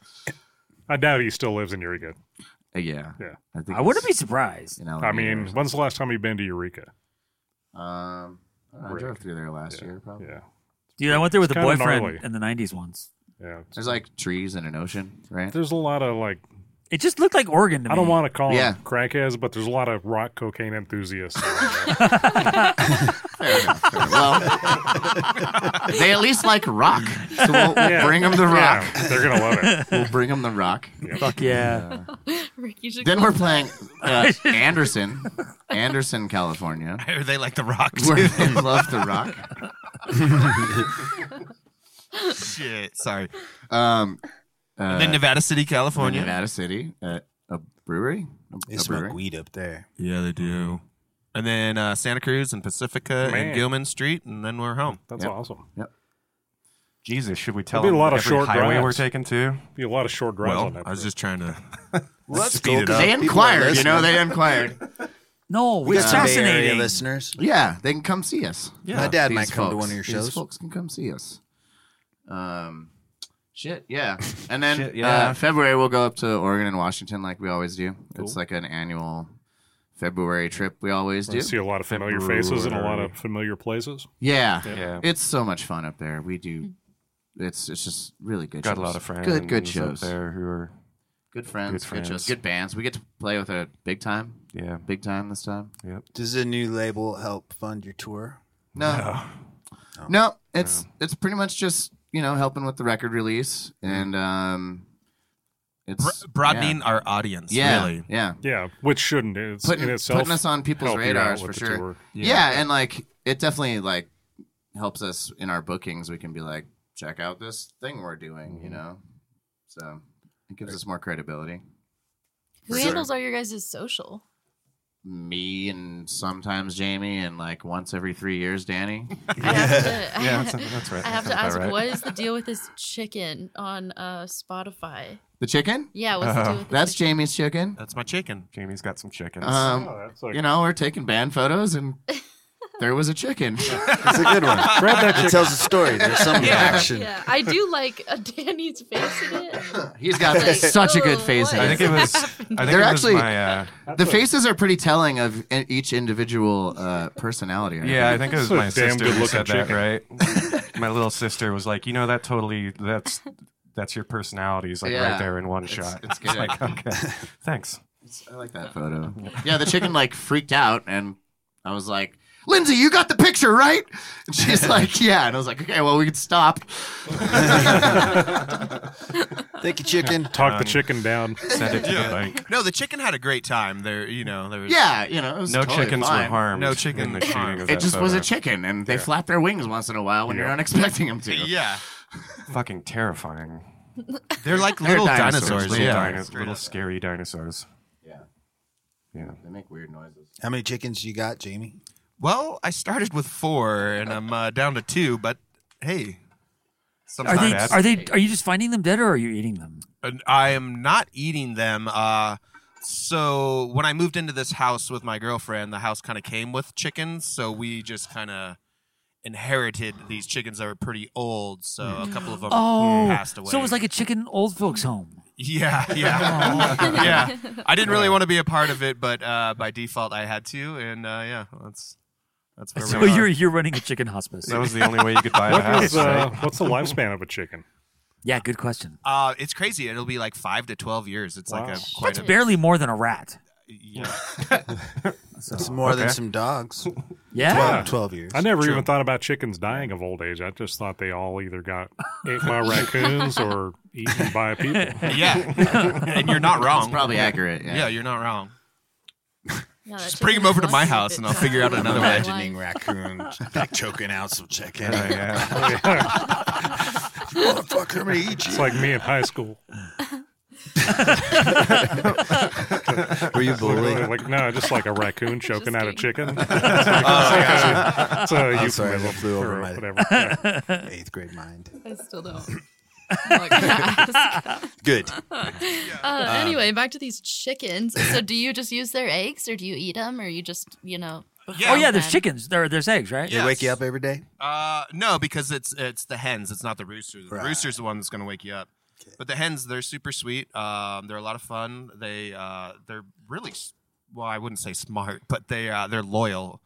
H: I doubt he still lives in Eureka.
D: Uh, yeah.
H: Yeah.
D: I, think
B: I wouldn't be
D: it's
B: surprised.
D: in
H: I
G: Oh,
D: Alameda or
H: mean, when's the last time you've been to Eureka?
D: Um, I
H: Rick.
D: drove through there last
H: Yeah.
D: year, probably.
H: Yeah.
B: Dude, I went there with a
H: It's kinda
B: boyfriend
H: gnarly.
B: in the '90s once.
H: Yeah. it's-
D: There's like trees and an ocean, right?
H: There's a lot of like,
B: It just looked like Oregon to me.
H: I don't want to call
D: Mm. Yeah.
H: them crackheads, but there's a lot of rock cocaine enthusiasts.
D: Fair enough. fair enough. well, they at least like rock, so we'll, we'll
H: Yeah.
D: bring them the rock.
H: Yeah, they're gonna love it.
D: We'll bring them the rock.
B: Fuck yeah.
E: Rick, you should
D: Then
E: go.
D: we're playing uh, Anderson, Anderson, California.
C: Are they like the rock
D: Where
C: too?
D: they love the rock.
C: Shit. Sorry.
D: Um, uh,
C: then Nevada City,
D: in
C: California.
D: Nevada City, uh, a brewery. A-
A: They
D: a
A: smoke
D: brewery.
A: weed up there.
C: Yeah, they do. And then uh, Santa Cruz and Pacifica
H: Man.
C: and Gilman Street, and then we're home.
H: That's
D: Yep.
H: awesome.
M: Jesus, should we tell
H: There'll
M: them
H: be a lot of
M: every
H: short
M: highway
H: drives.
M: we're taking to?
H: Be a lot of short drives on
C: Well,
H: that.
C: I was
H: trip.
C: just trying to.
A: Well,
C: that's Speed cool, it 'cause up.
D: They
A: people are
D: inquired, you know.
A: listening.
D: They inquired.
B: No,
A: We got
B: it's
A: some Bay Area
B: fascinating.
A: listeners.
D: Yeah, they can come see us.
M: Yeah.
A: My dad
D: These
A: might come to
D: folks-
A: one of your
D: These
A: shows.
D: folks can come see us. Um, shit, yeah. And then
M: Shit,
D: Uh,
M: yeah.
D: February we'll go up to Oregon and Washington like we always do. It's like an annual
G: February trip we always do.
H: I see a lot of familiar faces and a lot of familiar places.
G: Yeah.
H: Yep.
G: It's so much fun up there. We do. It's it's just really good.
D: Got a
G: shows.
D: lot of friends
G: Good good
D: up
G: shows.
D: there who are
G: good friends, good,
D: good
G: shows,
D: friends.
G: good bands. We get to play with a big time.
D: Yeah.
G: big time this time.
D: Yep.
A: Does a new label help fund your tour?
G: No. No. No, it's it's pretty much just you know helping with the record release and um, it's
C: broadening
G: yeah.
C: our audience,
G: Yeah,
C: really.
G: Yeah,
H: Yeah, which shouldn't. It's
G: putting,
H: in itself
G: putting us on people's
H: help you out
G: radars for
H: with the
G: sure.
H: tour.
G: Yeah. and like it definitely like helps us in our bookings. We can be like, check out this thing we're doing,
H: Mm-hmm.
G: you know. So it gives us more credibility.
E: Who handles all your guys' social?
G: Me and sometimes Jamie and like once every three years, Danny.
E: I have to,
G: Yeah, that's- that's right.
E: I have to
G: That's
E: ask,
G: about right.
E: what is the deal with this chicken on uh, Spotify?
G: The chicken?
E: Yeah, what's
C: Uh-huh.
E: the deal with the
G: That's Jamie's chicken.
C: That's my chicken.
D: Jamie's got some chickens.
G: Um, you know, we're taking band photos and there was a chicken. it's
A: a good one. Grab that It chicken. tells a story. There's some action.
E: Yeah, I do like a Danny's face in it.
G: He's got
E: Like,
G: such a good
E: oh,
G: face.
E: what
G: in
E: is
D: think it was- I think
G: They're
D: it was
G: actually
D: my, uh,
G: the faces are pretty telling of i- each individual uh, personality.
D: Yeah, I think it was my sister who said that,
G: chicken.
D: right? my little sister was like, you know, that totally that's that's your personalities like
G: Yeah.
D: right there in one
G: It's-
D: shot.
G: it's good.
D: like, okay, thanks.
G: I like that photo. Yeah, the chicken like freaked out, and I was like, "Lindsay, you got the picture, right?" And she's like, "Yeah," and I was like, "Okay, well, we can stop."
A: Thank you, chicken.
H: Talk the chicken down.
D: Send it to
C: Yeah.
D: the bank.
C: No, the chicken had a great time. There, you know, there was
G: Yeah, you know, it was
D: No
G: totally
D: chickens
G: fine.
D: were harmed.
C: No chicken
D: in the shooting of
G: It
D: that
G: just was a
H: uh,
D: photo.
G: chicken, and they
D: Yeah.
G: flap their wings once in a while when you're
D: Yeah.
G: not expecting them to.
C: Yeah,
D: Fucking terrifying.
C: they're like
G: They're
C: little
G: dinosaurs,
C: dinosaurs.
D: Little,
C: yeah.
D: dino- little scary dinosaurs. Yeah.
G: They make weird noises.
A: How many chickens you got, Jamie?
C: Well, I started with four, and I'm uh, down to two. But hey,
B: Are
C: sometimes
B: they, are they? Are you just finding them dead, or are you eating them?
C: And I am not eating them. Uh, so when I moved into this house with my girlfriend, the house kind of came with chickens, so we just kind of inherited these chickens that were pretty old. So a
G: Mm.
C: couple of them
B: Oh,
C: passed away.
B: so it was like a chicken old folks home.
C: yeah,
B: Oh.
C: yeah, yeah. I didn't really want to be a part of it, but uh, by default, I had to, and uh, yeah, that's that's where
B: So
C: we are.
B: you're you're running a chicken hospice.
D: That was the only way you could buy a
H: What
D: house.
H: is, uh,
D: right?
H: what's the lifespan of a chicken?
B: Yeah, good question.
C: Uh, it's crazy. It'll be like five to twelve years. It's like
H: Wow.
C: a quite
B: That's
C: a,
B: barely more than a rat.
C: yeah.
A: It's more than
D: Okay.
A: some dogs.
B: Yeah.
A: 12, 12 years.
H: I never even thought about chickens dying of old age. I just thought they all either got ate by raccoons or eaten by people.
C: yeah, and you're not
G: It's
C: wrong.
G: probably accurate. Yeah.
C: Yeah, you're not wrong.
E: No, that
C: Just bring
E: chicken
C: him over to
E: was
C: my
E: a
C: house
E: bit
C: and I'll
E: dry.
C: figure out
A: I'm
C: another
E: Life.
A: imagining raccoon like choking out some chicken.
D: Oh, yeah.
A: Motherfucker, I'm gonna eat
H: It's like me in high school.
A: you. Were you
H: Literally,
A: bullied?
H: like no, just like a raccoon choking out a chicken. It's
A: Oh, gotcha.
D: Oh,
H: it's a
A: I'm sorry, I
H: euphemism
A: flew over
H: for
A: my-
H: whatever. Yeah.
A: Eighth grade mind.
E: I still don't. I'm not gonna ask.
A: Good.
E: Uh, anyway, back to these chickens. So, do you just use their eggs, or do you eat them, or you just, you know?
C: Yeah.
B: Oh yeah, there's
E: then-
B: chickens. There there's eggs, right?
A: They
C: Yeah.
A: wake you up every day.
C: Uh, no, because it's it's the hens. It's not the rooster. The
A: Right.
C: rooster's the one that's going to wake you up. But the hens, they're super sweet. Um, they're a lot of fun. They uh, they're really s- well. I wouldn't say smart, but they uh, they're loyal.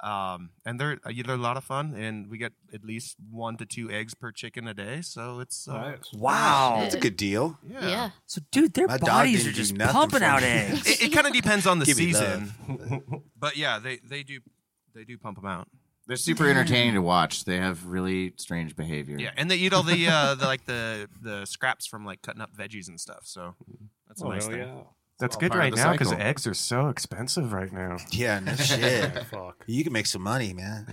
C: Um, and they're uh, they're a lot of fun. And we get at least one to two eggs per chicken a day. So it's uh,
B: Wow.
A: That's a good deal.
E: Yeah.
B: So dude, their
A: My dog
B: Oh. bodies
A: didn't
B: are
A: do
B: just
A: nothing
B: pumping
A: for
B: out
A: me.
B: eggs.
C: It, it kind of depends on the
A: Give me
C: season. But yeah, they they do they do pump them out.
G: They're super entertaining to watch. They have really strange behavior.
C: Yeah, and they eat all the, uh, the like the the scraps from like cutting up veggies and stuff. So that's a
H: Oh,
C: nice
H: hell
C: thing.
H: yeah.
D: That's
G: all
D: good
G: part of
D: right
G: the
D: now because
G: cycle.
D: eggs are so expensive right now.
A: Yeah, no shit.
H: Fuck.
A: You can make some money, man.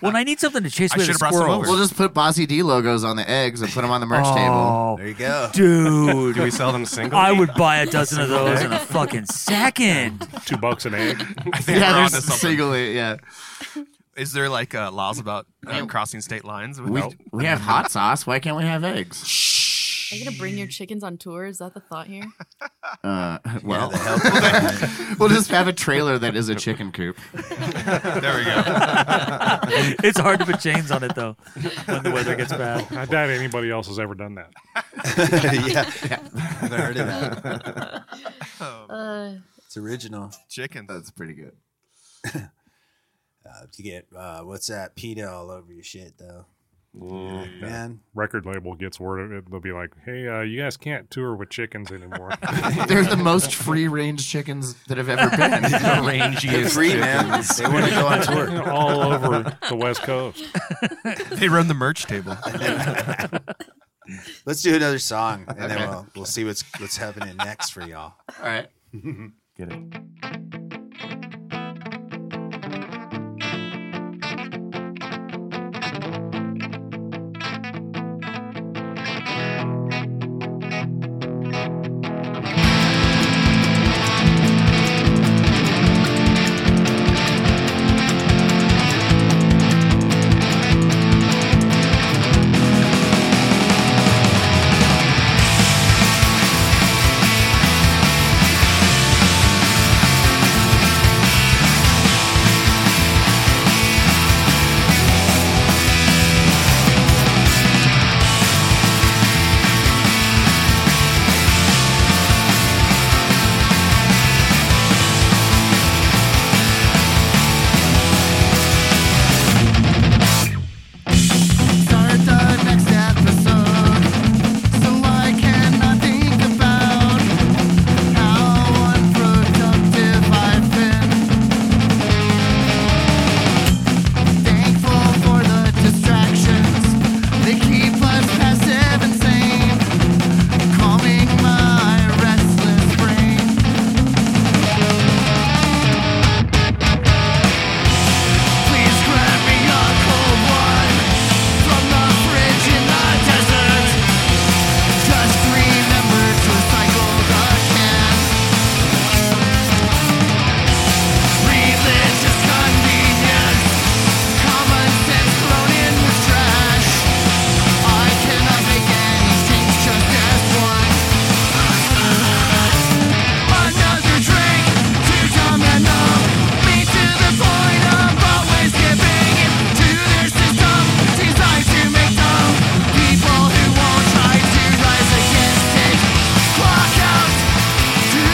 B: when I need something to chase
C: I
B: away the
C: should've brought some
B: squirrels.
C: over.
G: We'll just put Bossy D logos on the eggs and put them on the merch table.
B: Oh,
A: There you go.
D: Do we
B: dude.
D: sell them single?
B: I would buy a dozen of those in a fucking second.
H: Two bucks an egg.
C: I think
G: Yeah,
C: we're
G: there's
C: onto something.
G: singly. Yeah,
C: Is there like uh, laws about uh, crossing state lines?
G: we
C: No.
G: we have hot sauce. Why can't we have eggs?
E: Are you gonna bring your chickens on tour? Is that the thought here?
G: Uh,
A: Yeah,
G: well,
A: the help.
G: we'll just have a trailer that is a chicken coop.
C: there we go.
B: It's hard to put chains on it though when the weather gets bad.
H: I doubt anybody else has ever done that.
A: yeah. I've heard of that.
E: Uh,
N: It's original.
C: Chicken.
G: That's pretty good.
A: Uh, you get uh, what's that pita all over your shit though.
H: Yeah.
A: man.
H: Record label gets word of it. They'll be like, hey, uh, you guys can't tour with chickens anymore.
G: They're the most free range chickens that have ever been.
H: They're free, man. They wanna go on tour. All over the West Coast.
C: They run the merch table.
A: Let's do another song, and
C: Okay.
A: then we'll we'll see what's what's happening next for y'all.
G: All right.
D: Get it.
L: Just remember to recycle the can. Religious convenience, common sense thrown in with trash. I cannot make any change, just as one. Another drink to dumb and numb me to the point of always giving in to their system. Designed to make dumb people who won't try to rise against it. Walk out.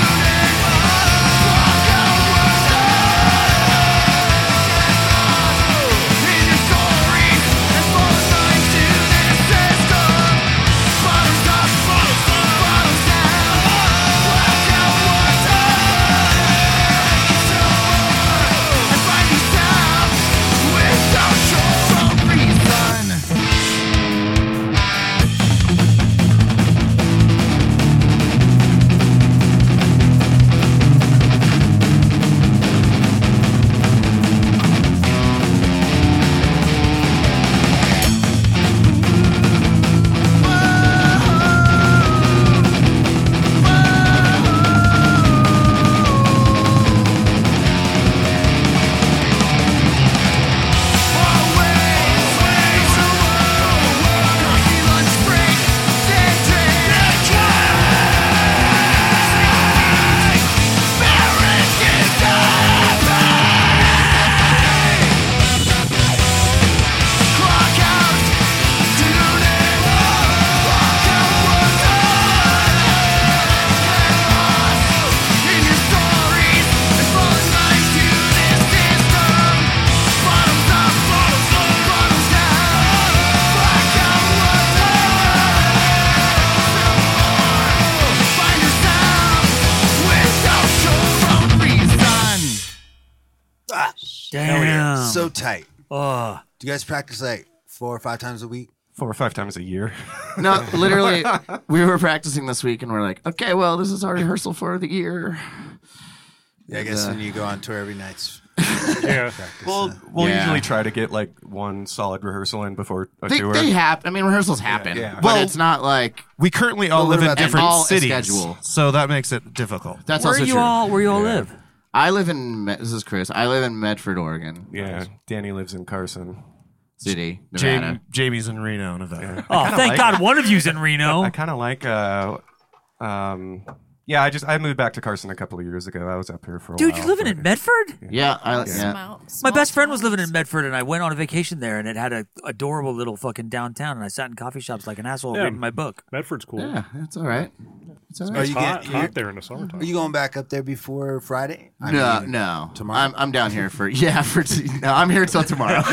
A: Ah,
B: Damn.
A: hell yeah. so tight.
B: Oh.
A: Do you guys practice like four or five times a week?
D: Four or five times a year.
G: No, literally, we were practicing this week and we're like, okay, well, this is our rehearsal for the year.
A: Yeah, I guess
G: Uh,
A: when you go on tour every night's
H: yeah.
D: We'll, we'll
G: Yeah.
D: usually try to get like one solid rehearsal in before a
G: They,
D: tour.
G: they happen. I mean, rehearsals happen.
D: Yeah.
G: But
D: Well,
G: it's not like.
C: We currently all
G: Well,
C: live
G: what
C: in
G: about that?
C: different
G: All a
C: cities,
G: schedule.
C: so that makes it difficult.
G: That's
B: Where
G: also
B: you
G: true.
B: all- where you all
G: Yeah.
B: live?
G: I live in. Me- This is Chris. I live in Medford, Oregon.
D: Yeah, Danny lives in Carson
G: City,
C: Jam-
G: Nevada.
C: Jamie's in Reno, Nevada.
B: Oh,
D: kinda
B: thank
D: like
B: God
D: it.
B: one of you's in Reno.
D: I kind of like. Uh, um, yeah, I just I moved back to Carson a couple of years ago. I was up here for a
B: Dude,
D: while.
B: you living
D: but-
B: in Medford?
G: Yeah, I,
D: Yeah.
G: yeah.
B: My best friend was living in Medford, and I went on a vacation there, and it had a adorable little fucking downtown, and I sat in coffee shops like an asshole
H: Yeah.
B: reading my book.
H: Medford's cool.
G: Yeah, that's all right. It's
H: It's
G: all right.
H: hot, hot there in the summertime.
A: Are you going back up there before Friday? I
G: no,
A: mean,
G: no.
A: Tomorrow.
G: I'm I'm down here for yeah for t- no. I'm here till tomorrow.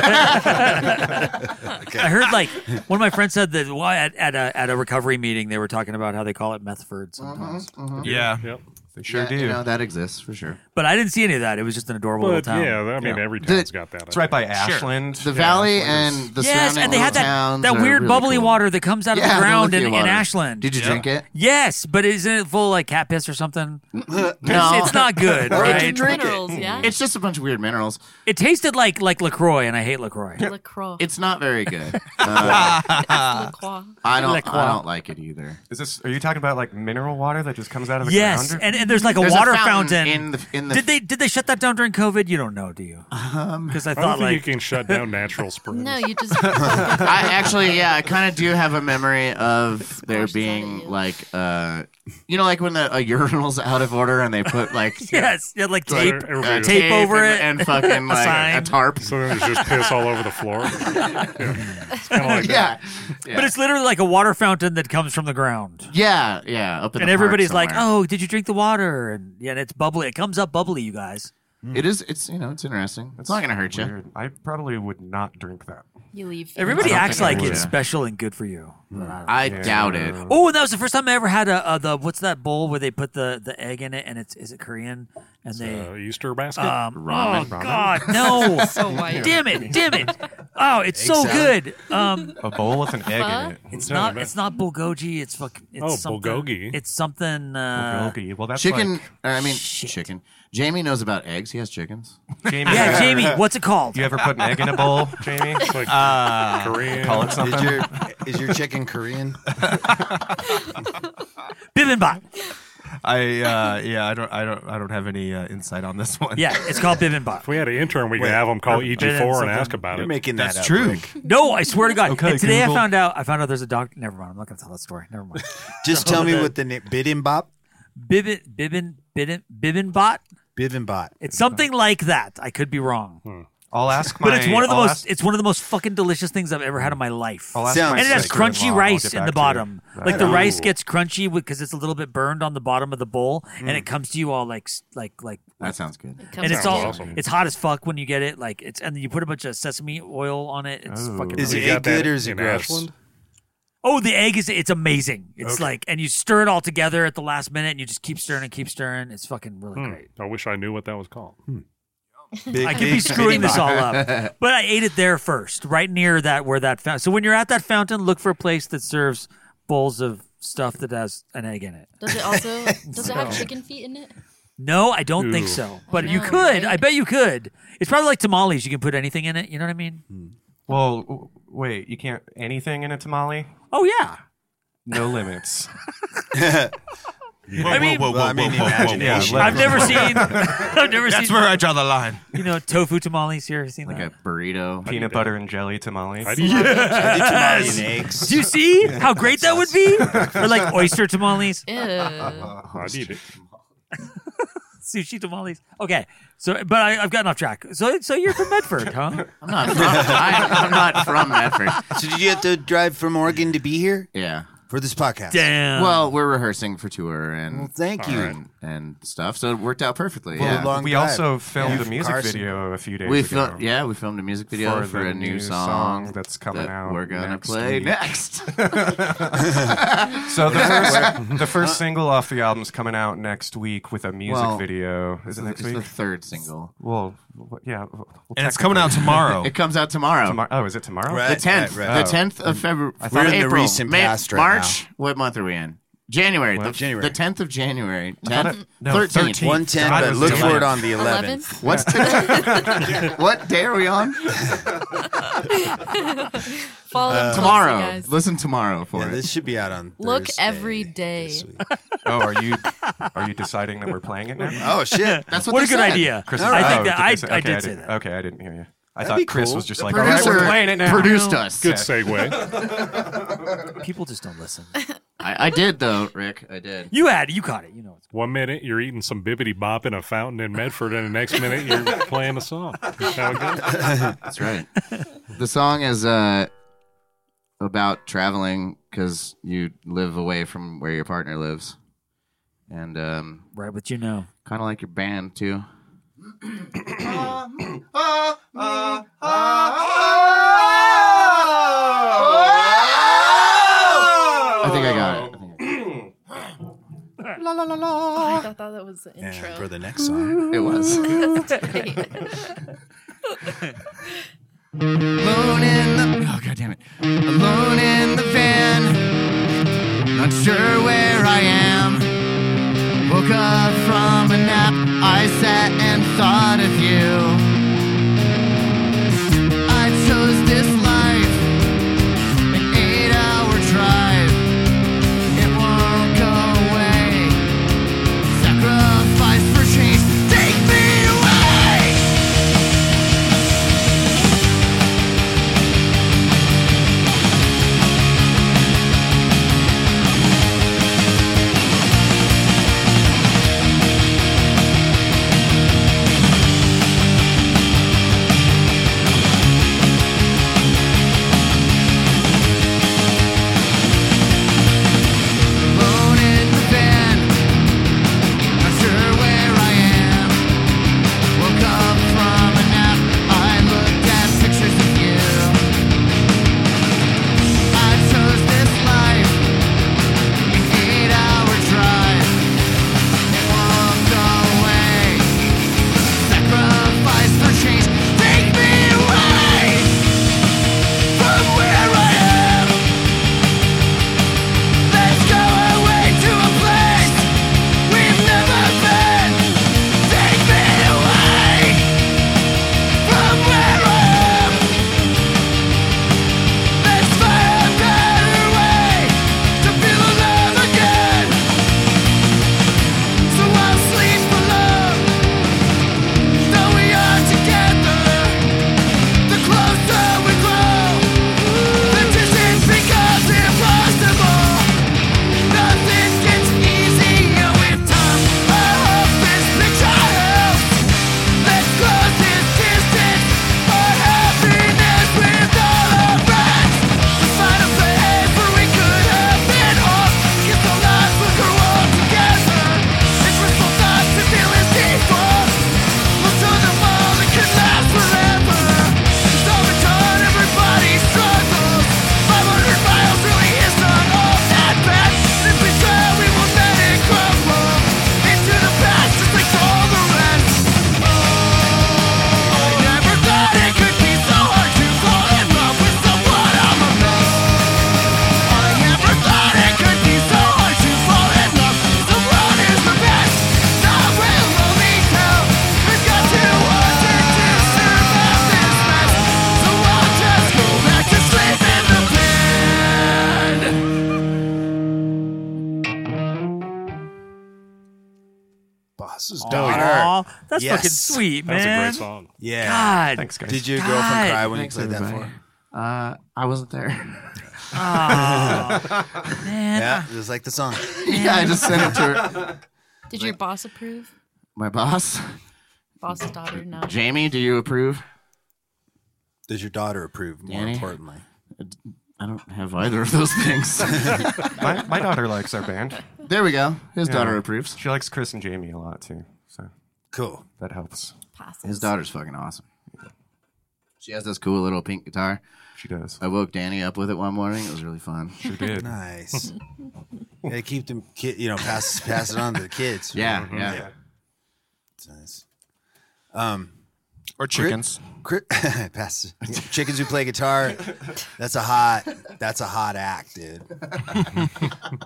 B: I heard like one of my friends said that well, at at a, at a recovery meeting they were talking about how they call it methford
G: Uh-huh.
B: sometimes.
C: Yeah.
H: Yep.
C: They
G: sure Yeah, do. you know, that exists for sure.
B: But I didn't see any of that. It was just an adorable little
G: But,
B: town.
G: yeah, I mean, Yeah. every town's
B: has
G: The- got that, I
D: It's right by Ashland.
G: The valley and the
B: yes,
G: surrounding
B: and they had
G: little
B: that,
G: towns
B: that
G: are
B: weird
G: really
B: bubbly
G: cool.
B: water that comes out of
G: Yeah,
B: the
G: the
B: ground in,
G: lithium
B: in
G: water.
B: Ashland.
G: Did you Yeah. drink it?
B: Yes, but isn't it full of like cat piss or something?
G: no,
B: it's, it's not good,
G: Why would you
B: right?
G: drink it? It's just a bunch of weird minerals.
B: It tasted like like Lacroix, and I hate Lacroix.
E: Lacroix.
G: It's not very good. Uh,
E: Lacroix.
G: I don't.
B: Liquid.
G: I don't like it either.
D: Is this? Are you talking about like mineral water that just comes out of the
B: Yes,
D: ground?
B: and, and there's like a water fountain.
G: in the- in the- Um,
B: did they did they shut that down during COVID? You don't know, do you? Because I
H: I
B: thought
H: don't think
B: like
H: you can shut down natural springs.
E: No, you just.
G: I actually, yeah, I kind of do have a memory of there being like, uh, you know, like when the a urinal's out of order and they put like,
B: yes, yeah, like
G: Like,
B: tape
G: uh,
B: tape,
G: tape
B: over
G: and-
B: it
G: and fucking, like, a
B: sign.
G: tarp.
H: So then there's just piss all over the floor. Yeah. It's kinda like
G: yeah.
H: that.
B: But it's literally like a water fountain that comes from the ground.
G: yeah, yeah, up in
B: and
G: the park
B: everybody's like,
G: somewhere.
B: "Oh, did you drink the water?" And yeah, and it's bubbly. It comes up bubbly, you guys.
G: it is. It's you know, it's interesting. It's not gonna hurt you.
D: I probably would not drink that.
E: You leave.
B: Everybody
G: don't
B: acts
G: think I
B: like
G: would.
B: it's special and good for you.
G: I doubt it.
B: Oh, and that was the first time I ever had a, a the what's that bowl where they put the, the egg in it and it's is it Korean and they
H: Uh, Easter basket.
B: um,
H: Ramen.
B: oh
H: Ramen?
B: God no
E: So white.
B: damn it damn it oh it's
D: Egg
B: so
D: salad?
B: good um
D: A bowl with an egg in it.
B: it's not it's not bulgogi it's fucking it's
H: Oh,
B: something,
H: bulgogi.
B: it's something uh,
D: Bulgogi. Well, that's
G: chicken.
D: like-
G: uh, I mean, chicken. Jamie knows about eggs. He has chickens.
D: Jamie,
B: Yeah, Jamie, what's it called?
D: You ever put an egg in a bowl, Jamie?
H: like Korean.
D: Call it something.
N: Is your, is your chicken Korean?
B: bibimbap
C: I uh, yeah, I don't I don't I don't have any uh, insight on this one.
B: yeah it's called bibimbap
H: If we had an intern, we could have them call EG4 and ask about it.
C: That's true.
B: No, I swear to God.
A: Okay,
B: and today
A: Google.
B: I found out. I found out there's a doctor. Never mind. I'm not going to tell that story. Never mind.
A: Just tell me what the name Bidimbap?
B: Bibin Bibin Bibin Bibimbot.
A: Bibimbot.
B: It's something like that. I could be wrong.
D: I'll ask my.
B: But it's one of the
D: I'll
B: most.
D: ask-
B: It's one of the most fucking delicious things I've ever had in my life.
D: I'll ask
B: and
D: my
B: it has
D: sister-in-law.
B: crunchy
D: I'll
B: rice
D: get
B: in
D: back
B: the
D: to
B: bottom.
D: you.
B: Like the
D: Ooh.
B: rice gets crunchy because it's a little bit burned on the bottom of the bowl, and
G: Mm.
B: it comes to you all like s- like like.
G: That sounds good.
B: and it's all it's hot as fuck when you get it. Like it's and you put a bunch of sesame oil on it. It's fucking.
A: Is
B: really
A: it
B: good.
A: egg good or is it
H: in
A: gross?
H: Ashland?
B: Oh, the egg is it's amazing. It's
H: Okay.
B: like and you stir it all together at the last minute and you just keep stirring and keep stirring. It's fucking really
H: Hmm.
B: great.
H: I wish I knew what that was called.
B: I could be screwing this all up. But I ate it there first, right near that where that fountain. So when you're at that fountain, look for a place that serves bowls of stuff that has an egg in it.
E: Does it also? Does it have chicken feet in it?
B: No, I don't think
H: Ooh.
B: so. But
E: I
B: you
E: know,
B: could.
E: right?
B: I bet you could. It's probably like tamales. You can put anything in it. You know what I mean?
C: Hmm.
D: Well, w- wait. You can't anything in a tamale.
B: Oh yeah.
D: No limits.
B: I mean,
C: whoa,
D: I mean,
C: whoa, whoa, whoa,
D: imagination.
C: whoa, whoa.
B: I've never seen. I've never
C: That's
B: seen.
C: where I draw the line.
B: You know, tofu tamales. You ever seen
G: Like
B: that?
G: a burrito.
D: Peanut butter and jelly tamales.
H: I did-
A: Yes.
B: Do you see how great that would be? Or like oyster tamales,
E: Ew.
H: I need it.
B: sushi tamales. Okay, so but I, I've gotten off track. So so you're from Medford, huh?
G: I'm not. From, I, I'm not from Medford.
A: So did you have to drive from Oregon to be here
G: Yeah.
A: for this podcast?
B: Damn.
G: Well, we're rehearsing for tour and
A: Well, thank you.
G: and, and stuff, so it worked out perfectly.
A: Well,
G: yeah.
A: long
D: we
A: drive.
D: also filmed
A: Yeah.
D: a music
A: Carson.
D: video a few days
G: we
D: ago.
G: fil- yeah, we filmed a music video for,
D: For the
G: a new,
D: new
G: song,
D: song that's coming
G: that
D: out
G: We're gonna
D: next
G: play
D: week.
G: next.
D: So the first,
G: Where-
D: the first single off the album's coming out next week with a music
G: Well,
D: video. Is it next
G: it's
D: week?
G: the third single.
D: Well, w- yeah. w- well,
C: And it's coming out tomorrow.
G: It comes out tomorrow,
D: Tomorrow. Oh, is it tomorrow?
A: Right.
G: the tenth,
A: right, right.
G: the tenth of February.
A: I thought- We're in the
G: April,
A: recent
G: May-
A: past right
G: March. What month are we in? January.
A: Well,
G: the,
A: January.
G: The tenth of January.
D: I thought
G: Tenth.
D: it- no, 13th.
A: One ten,
D: God,
A: but
D: it's
A: look for it
D: eleven.
A: on the eleventh.
G: What's today? what day are we on?
E: Follow them closely,
G: tomorrow.
E: guys.
G: Listen tomorrow for
A: Yeah,
G: it.
A: this should be out on.
E: Look
A: Thursday.
E: every day.
D: Oh, are you are you deciding that we're playing it now?
A: Oh shit!
G: That's what,
B: what a
G: they
B: good
G: said.
B: idea.
D: Christmas-
B: I
D: oh,
B: think that
D: did
B: I,
D: they say-
B: I
D: okay,
B: did say
D: didn't-
G: Uh,
B: that.
D: Okay, I didn't hear you. I
A: That'd be
D: thought Chris
A: cool.
D: was just
A: The
D: like, all right,
G: Producer
D: we're playing it now.
G: produced us.
H: Good segue.
B: People just don't listen.
G: I, I did though, Rick. I did.
B: You had, you caught it. You know it's
H: One minute you're eating some bibbity bop in a fountain in Medford, and the next minute you're playing a song. That's how it goes.
G: That's right. the song is uh, about traveling because you live away from where your partner lives. and um,
B: right what you know,
G: kind of like your band too. I think I got it.
E: La la la la. I thought that was the
A: And
E: intro.
A: for the next song.
G: It was.
D: Alone in the oh god damn it. Alone in the van. Not sure where I am. Woke up from a nap. I sat and thought of you. I chose this life. An eight-hour drive. It won't go away. Sacrifice for change. Take me away. Alone in the van, not sure where I am. Woke up from a nap. I looked at pictures of you. I chose this life, an eight-hour drive. It won't go away. Sacrifice for change. Take me away from where I am. Let's go away to a place we've never been. Take me away from where I am. Let's find a better way to feel alive again. So I'll sleep alone, though we are together. The closer we grow, the distance becomes impossible. Nothing gets easier with time. I hope this picture helps. Let's close this distance. Our happiness with all our friends. The side of the head where we could have been off. Kiss the lights, look her all together. It's crystal thoughts to feel is equal. Look to the wall that can last forever. It's over time, everybody struggles. 500 miles really is not all that bad. If we try, we will let it crumble into the past, just like all the rest. Oh, I never thought it could be so hard to fall in love with someone I'm a mess. I never thought it could be so hard to fall in love. Someone is the best. Not will only tell. We've got to want it to survive this mess. So I'll just go back to sleep in the bed.
A: Boss's
B: Aw,
A: daughter.
B: that's
A: Oh, Yes.
B: fucking sweet, man.
A: Yeah.
B: God.
A: Did your girlfriend
B: God.
A: cry when
G: Thanks,
A: you played that for
G: everybody.
A: her?
G: Uh, I wasn't there.
B: Aw, man.
A: Yeah, just like the song.
G: yeah, I just sent it to her.
E: Did your boss approve?
G: My boss,
E: Boss's daughter? No.
G: Jamie. Do you approve?
A: Does your daughter approve? More
G: Danny?
A: importantly,
G: I don't have either of those things.
O: my, my daughter likes our band.
G: There we go. His
O: Yeah.
G: daughter approves.
O: She likes Chris and Jamie a lot too. So
A: cool.
O: That helps.
G: His daughter's fucking awesome. She has this cool little pink guitar.
O: She does.
G: I woke Danny up with it one morning. It was really fun. Sure
O: did.
A: nice. yeah, keep them, ki- you know, pass pass it on to the kids.
G: Yeah,
A: Mhm.
G: yeah.
A: It's nice. Um,
C: or chickens.
A: Cri- pass chickens who play guitar. That's a hot. That's a hot act, dude.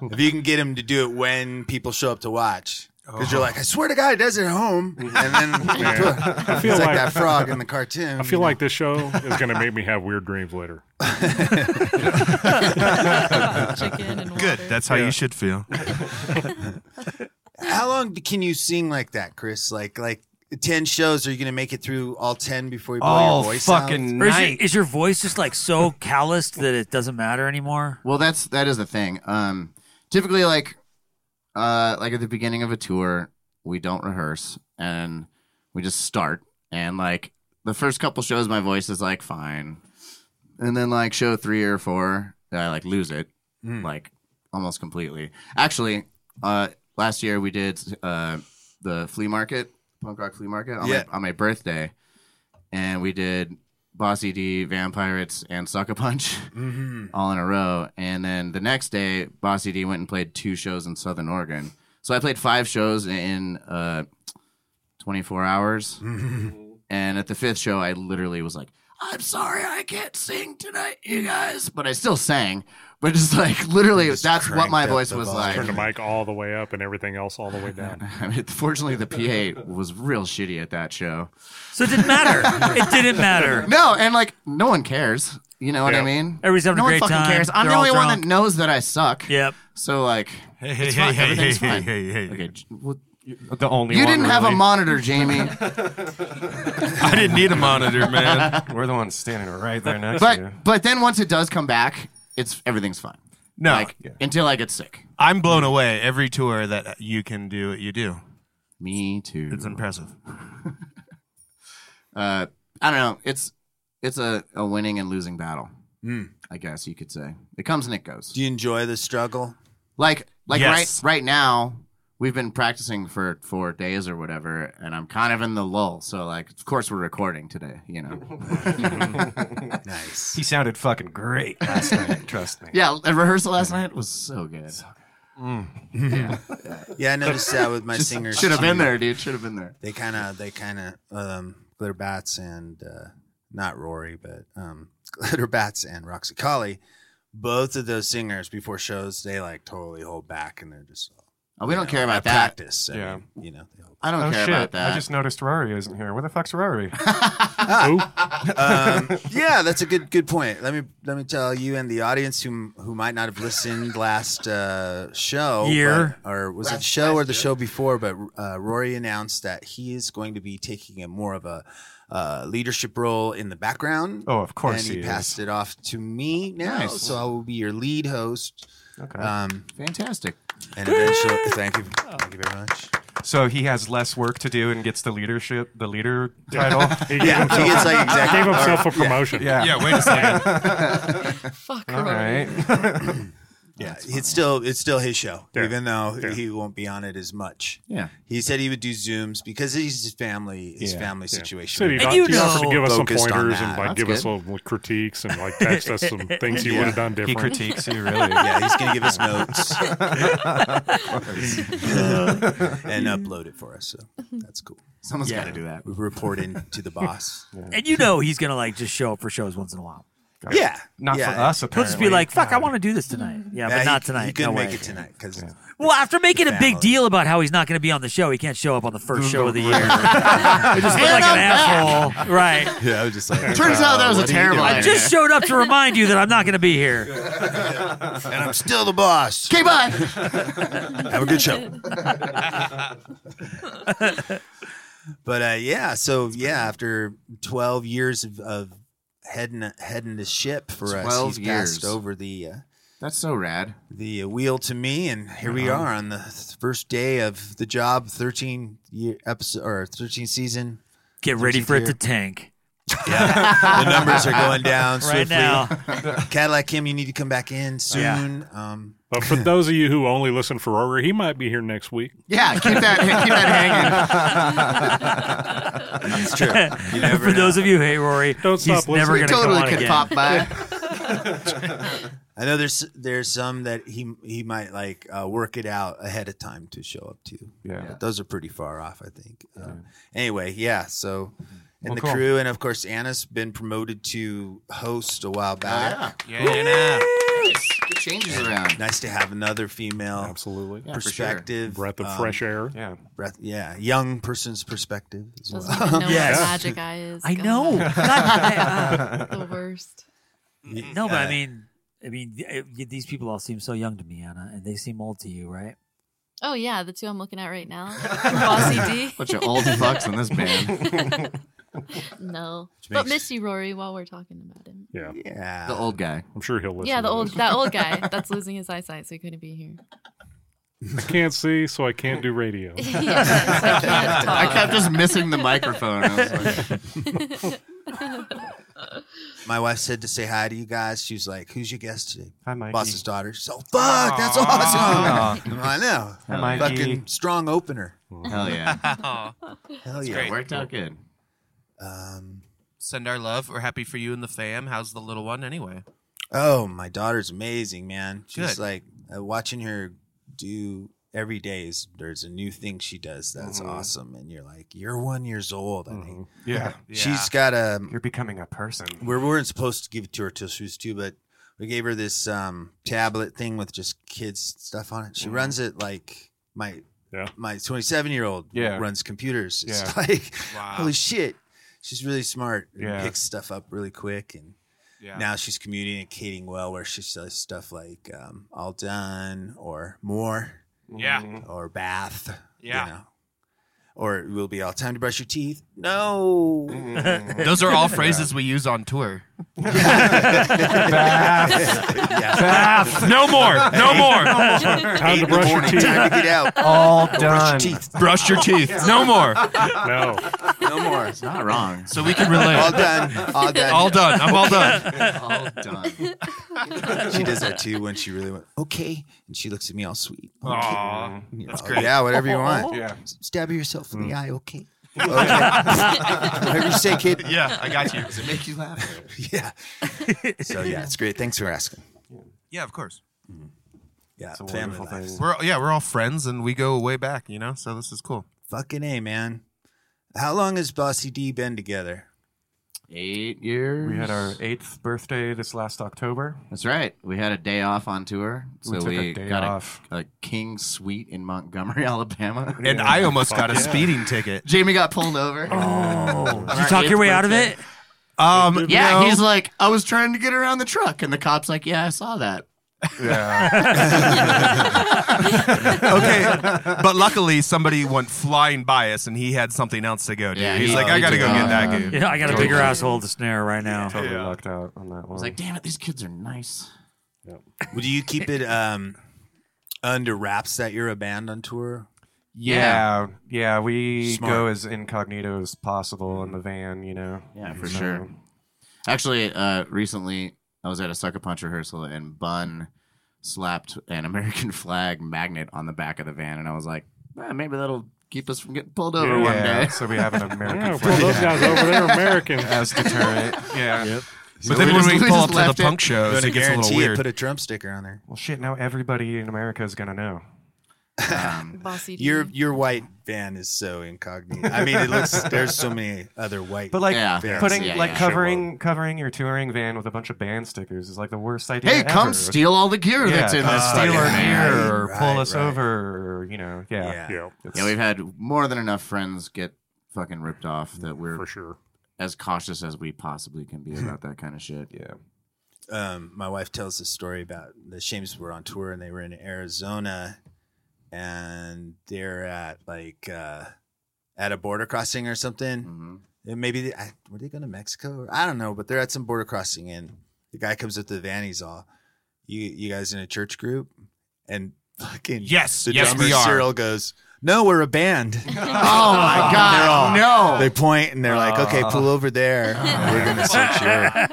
A: if you can get them to do it when people show up to watch, because you're like, I swear to God, it does it at home, and then
H: Yeah. I
A: it's
H: feel
A: like,
H: like-
A: that frog in the cartoon.
H: I feel like this show is going to make me have weird dreams later.
C: Good. That's how you should feel.
A: How long d- can you sing like that, Chris? Like like ten shows? Are you gonna make it through all ten before you blow
G: Oh,
O: Oh,
A: your voice out?
B: Or is, your, is your voice just like so calloused that it doesn't matter anymore?
G: Well, that's that is the thing. Um, typically, like, uh, like at the beginning of a tour, we don't rehearse and we just start. And like the first couple shows, my voice is like fine, and then like show three or
A: Hmm.
G: four, I like lose it, like almost completely. Actually, uh, last year we did uh, the flea market, punk rock flea market on,
A: Yeah.
G: Oh my, on my birthday, and we did Boss ED, Vampirates, and Sucker Punch
H: Mm-hmm.
A: Mhm.
G: all in a row. And then the next day, Boss ED went and played two shows in Southern Oregon. So I played five shows in uh, 24 hours.
H: Mm-hmm.
G: and at the fifth show, I literally was like, I'm sorry I can't sing tonight, you guys. but I still sang. But it's like literally, that's what my voice was like.
H: Turned the mic all the way up and everything else all the way down.
G: I mean, fortunately, the PA was real shitty at that show.
B: So it didn't matter. it didn't matter.
G: No, and like no one cares. You know what I
B: Yeah.
G: mean?
B: Everybody's having a
G: no
B: great
G: one fucking
B: time.
G: Cares. I'm
B: They're
G: the
B: all
G: only one
B: drunk.
G: that knows that I suck.
B: Yep.
G: So like, hey,
D: hey,
G: it's fine.
D: hey,
G: Everything's
D: hey,
G: fine.
D: hey, hey, hey.
G: Okay, j- well,
D: The only
G: you
D: one,
G: didn't have a
D: really.
G: monitor, Jamie.
D: I didn't need a monitor, man. We're the ones standing right there next
G: but
D: to you.
G: but then once it does come back, it's everything's fine.
C: No.
G: like until I get sick.
C: I'm blown away every tour that you can do. You do.
G: Me too.
C: It's impressive.
G: Uh, I don't know. It's it's a, a winning and losing battle.
H: Hmm.
A: Mm.
G: I guess you could say it comes and it goes.
A: Do you enjoy the struggle?
G: Like like
A: Yes.
G: right right now we've been practicing for four days or whatever, and I'm kind of in the lull. So like, of course we're recording today. You know.
A: nice.
D: He sounded fucking great last night. Trust me.
G: yeah, a rehearsal last night was so good.
A: Yeah. yeah, I noticed that with my
G: Just
A: singers.
G: should have been
A: too.
G: there, dude. Should have been there.
A: They kind of, they kind of, um, Glitter Bats and uh, not Rory, but um, Glitter Bats and Roxy Collie. Both of those singers before shows, they like totally hold back and they're just.
G: Oh, we
A: you
G: don't
A: know,
G: care
A: I
G: about that.
A: Practice. I
D: Yeah.
A: mean, you know. they hold
G: I don't
D: oh,
G: care
D: shit.
G: about that.
D: I just noticed Rory isn't here. Where the fuck's Rory?
A: um, yeah, that's a good good point. Let me let me tell you and the audience who who might not have listened last uh, show
B: Year.
A: but- or was it the show or the show before? But uh, Rory announced that he is going to be taking a more of a uh, leadership role in the background.
D: Oh, of course
A: and he,
D: he is.
A: passed it off to me now,
G: Nice.
A: so I will be your lead host.
D: Okay,
A: um,
G: Fantastic.
A: and eventually, thank you, thank you very much.
D: So he has less work to do and gets the leadership, the leader title.
H: He gave Yeah, he himself- gets, like, exactly- gave himself a promotion.
D: Yeah.
H: Yeah, wait a second.
A: Fuck
D: All
A: Rory.
D: right.
A: Yeah, it's still it's still his show,
H: Yeah.
A: even though
H: Yeah.
A: he won't be on it as much.
G: Yeah.
A: he said he would do zooms because he's his family, his
H: Yeah.
A: family
H: Yeah.
A: situation.
H: Said he'd
A: would
H: offer-
A: be
H: he offered to give us some
A: focused on
H: pointers and
A: that.
H: like give us little critiques and like text us some things he would have done
D: He
H: different.
D: critiques you, really.
A: yeah, he's gonna give us notes Uh, and upload it for us. So that's cool.
G: Someone's
A: Yeah.
G: gotta do that.
A: We report in to the boss.
B: And you know he's gonna like just show up for shows once in a while.
A: Yeah.
D: Not
A: Yeah.
D: for us.
B: He'll
D: Apparently.
B: just be like, "Fuck, I want to do this tonight." Yeah,
A: Nah,
B: but
A: Mm-hmm. he-
B: not tonight.
A: He couldn't
B: No
A: make
B: way.
A: it tonight because
B: Well, after making a
A: Family.
B: big deal about how he's not going to be on the show, he can't show up on the first show of the year. it just looked
G: And
B: like an
G: I'm back.
B: asshole, right?
A: yeah, I was just like,
G: Turns out that was a
A: what are you
G: terrible
A: doing?
B: I just showed up to remind you that I'm not going to be here.
A: and I'm still the boss.
G: Okay, bye.
A: Have a good show. but uh, yeah, so yeah, after 12 years of, of heading heading the ship for us,
G: 12
A: he's passed
G: years.
A: over the uh,
G: That's so rad.
A: the wheel to me, and here we are on the th- first day of the job, 13 year episode or 13 season.
B: Get ready
A: 13th
B: for it
A: year.
B: to tank.
A: Yeah, the numbers are going down
B: Right
A: swiftly.
B: now.
A: Cadillac Kim, you need to come back in soon. Um,
H: But for those of you who only listen for Rory, he might be here next week.
G: Yeah, keep that keep that hanging.
A: it's true. You never
B: for
A: know.
B: those of you, hey Rory,
H: Don't
B: he's
H: stop
B: never going
H: listening.
B: to
G: totally
B: come on
G: could
B: again.
G: pop by.
A: I know there's there's some that he he might like uh, work it out ahead of time to show up to.
D: Yeah.
A: but those are pretty far off, I think. Um, anyway, yeah. So, and
D: Well,
A: the
D: cool.
A: crew, and of course, Anna's been promoted to host a
G: Oh,
A: while back.
C: Yeah, Anna.
G: It changes around.
A: Nice to have another female
H: Absolutely.
G: Yeah, for sure.
A: perspective,
H: Breath of
A: um,
H: fresh air.
D: Yeah.
A: breath, yeah, young person's perspective as well.
E: Doesn't even know
B: Yes.
E: what magic eye is.
B: I
E: God.
B: know. God, I-
E: the worst.
B: No, but
A: Uh,
B: I mean, I mean, th- uh, these people all seem so young to me, Anna, and they seem old to you, right?
E: Oh yeah, the two I'm looking at right now. Bossy D.
G: Bunch of old fucks in this band.
E: No,
A: makes-
E: but Misty Rory. While we're talking about him,
H: Yeah.
A: yeah,
G: The old guy.
H: I'm sure he'll listen.
E: yeah, the
H: to
E: old
H: this.
E: that old guy that's losing his eyesight, so he couldn't be here.
H: I can't see, so I can't do radio.
E: Yes,
G: I kept just missing the microphone. I was like,
A: My wife said to say hi to you guys. She was like, "Who's your guest today?"
D: Hi, Mikey.
A: Boss's daughter. So fuck, that's awesome. I know.
D: Hi, Mikey.
A: Fucking strong opener.
G: Hell
C: yeah.
A: Hell
C: It's
A: yeah.
C: great.
G: Worked out good.
A: Um,
C: Send our love. We're happy for you and the fam. How's the little one anyway?
A: Oh, my daughter's amazing, man. She's
C: Good.
A: like uh, watching her do every day is there's a new thing she does that's
G: Mm-hmm.
D: Mhm.
A: awesome and you're like you're one years old
C: Mm-hmm.
A: i think
D: Yeah.
A: she's got a
D: Mm-hmm. You're becoming a person.
A: we weren't supposed to give it to her till she was two but we gave her this um tablet thing with just kids stuff on it she
D: Mhm.
A: runs it like my my 27 year old
D: Yeah.
A: runs computers it's
D: Yeah.
A: like
D: Wow.
A: holy shit she's really smart and
D: Yeah.
A: picks stuff up really quick and
C: Yeah.
A: now she's communicating well where she says stuff like um, all done or more
D: Mm.
C: Yeah.
A: or bath
C: Yeah.
A: you know or it will be all time to brush your teeth no
D: Mm.
C: Those are all phrases we use on tour.
D: Bath.
C: No more. No more.
H: Time to brush your teeth.
A: time to get out
D: All
A: brush
D: done.
A: your teeth
C: Brush your teeth. No more.
H: No.
A: no more it's
G: Not wrong.
C: So we can relate.
A: all done all done
C: All done. I'm all done.
G: All done.
A: she does that too when she really went okay and she looks at me all sweet okay.
C: Aw,
A: You
C: that's
A: know,
C: great. Mm.
A: yeah whatever you want
D: Yeah.
A: stab yourself in the eye okay okay whatever you say kid
C: Yeah, I got you.
G: Does it make you laugh?
A: yeah so yeah it's great thanks for asking
C: Yeah, of course.
A: yeah
D: It's a
A: family
D: wonderful
A: life.
D: thing.
C: We're yeah, we're all friends and we go way back, you know. So this is cool.
A: Fucking A, man. How long has Bossy D been together?
G: Eight years.
D: We had our eighth birthday this last October.
G: That's right. We had a day off on tour, so
D: We took a
G: we,
D: day
G: got
D: off.
G: A, a king suite in Montgomery, Alabama.
C: And I almost got a
H: Fuck yeah.
C: speeding ticket.
G: Jamie got pulled over.
B: Oh, did
G: Our
B: you talk your
G: eighth
B: way out of
G: birthday.
B: it?
C: Um,
G: Yeah,
C: no.
G: he's like, I was trying to get around the truck, and the cop's like, Yeah, I saw that.
D: Yeah.
C: okay. But luckily, somebody went flying by us, and he had something else to go do.
G: Yeah,
C: he's
G: he-
C: like,
G: he
C: I gotta
G: did
C: go get
G: not,
C: that
G: uh,
C: dude.
B: Yeah, I got a bigger asshole to snare right now.
D: Totally
C: Yeah.
D: lucked out on that
G: I
D: one.
G: was like, Damn it, these kids are nice.
A: Would you keep it um, under wraps that you're a band on tour?
D: yeah. Yeah. We
A: Smart.
D: go as incognito as possible in the van, you know.
G: Yeah, for
D: So,
G: sure. Actually, uh, recently I was at a sucker punch rehearsal and Bun slapped an American flag magnet on the back of the van, and I was like, "Eh, maybe that'll keep us from getting pulled over one
D: Yeah,
G: day.
D: so we have an
H: Yeah,
D: American
H: pull those
D: flag
H: guys over. They're American.
D: as deterrent. Yeah.
C: But then
G: we
C: when
G: just-
C: we
G: we
C: pull
G: just
C: up to the
G: left it.
C: punk shows,
A: Gonna
C: Oh, it gets a little
A: guarantee it,
C: weird.
A: put a Trump sticker on there.
D: Well, shit. Now everybody in America is gonna know.
G: Um,
E: Bossy. D.
A: Your your white van is so incognito. I mean, it looks there's so many other white.
D: But like
G: Yeah.
D: putting
G: Yeah,
D: like
G: yeah.
D: covering covering your touring van with a bunch of band stickers is like the worst idea.
G: hey, come
D: ever.
G: steal all the gear
D: Yeah,
G: that's in
D: come
G: this
D: steal
G: fucking
D: our
G: van.
D: gear or
A: Right,
D: pull us
A: right.
D: over. Or, you know, yeah.
A: yeah.
H: Yeah,
D: It's-
G: Yeah, we've had more than enough friends get fucking ripped off that we're
H: for sure.
G: as cautious as we possibly can be about that kind of shit.
D: yeah.
A: um, my wife tells the story about the Shames were on tour and they were in Arizona, and they're at like uh, at a border crossing or something.
G: hmm
A: And maybe they, I, were they going to Mexico? I don't know, but they're at some border crossing, and the guy comes up to the van. He's all, "You, you guys in a church group?" And fucking
C: Yes,
A: the
C: yes,
A: drummer
C: we are.
A: Cyril goes, "No, we're a band."
G: Oh my
A: They're all-
G: god, no!
A: they point and they're like, "Okay, pull over there. We're going to search your van."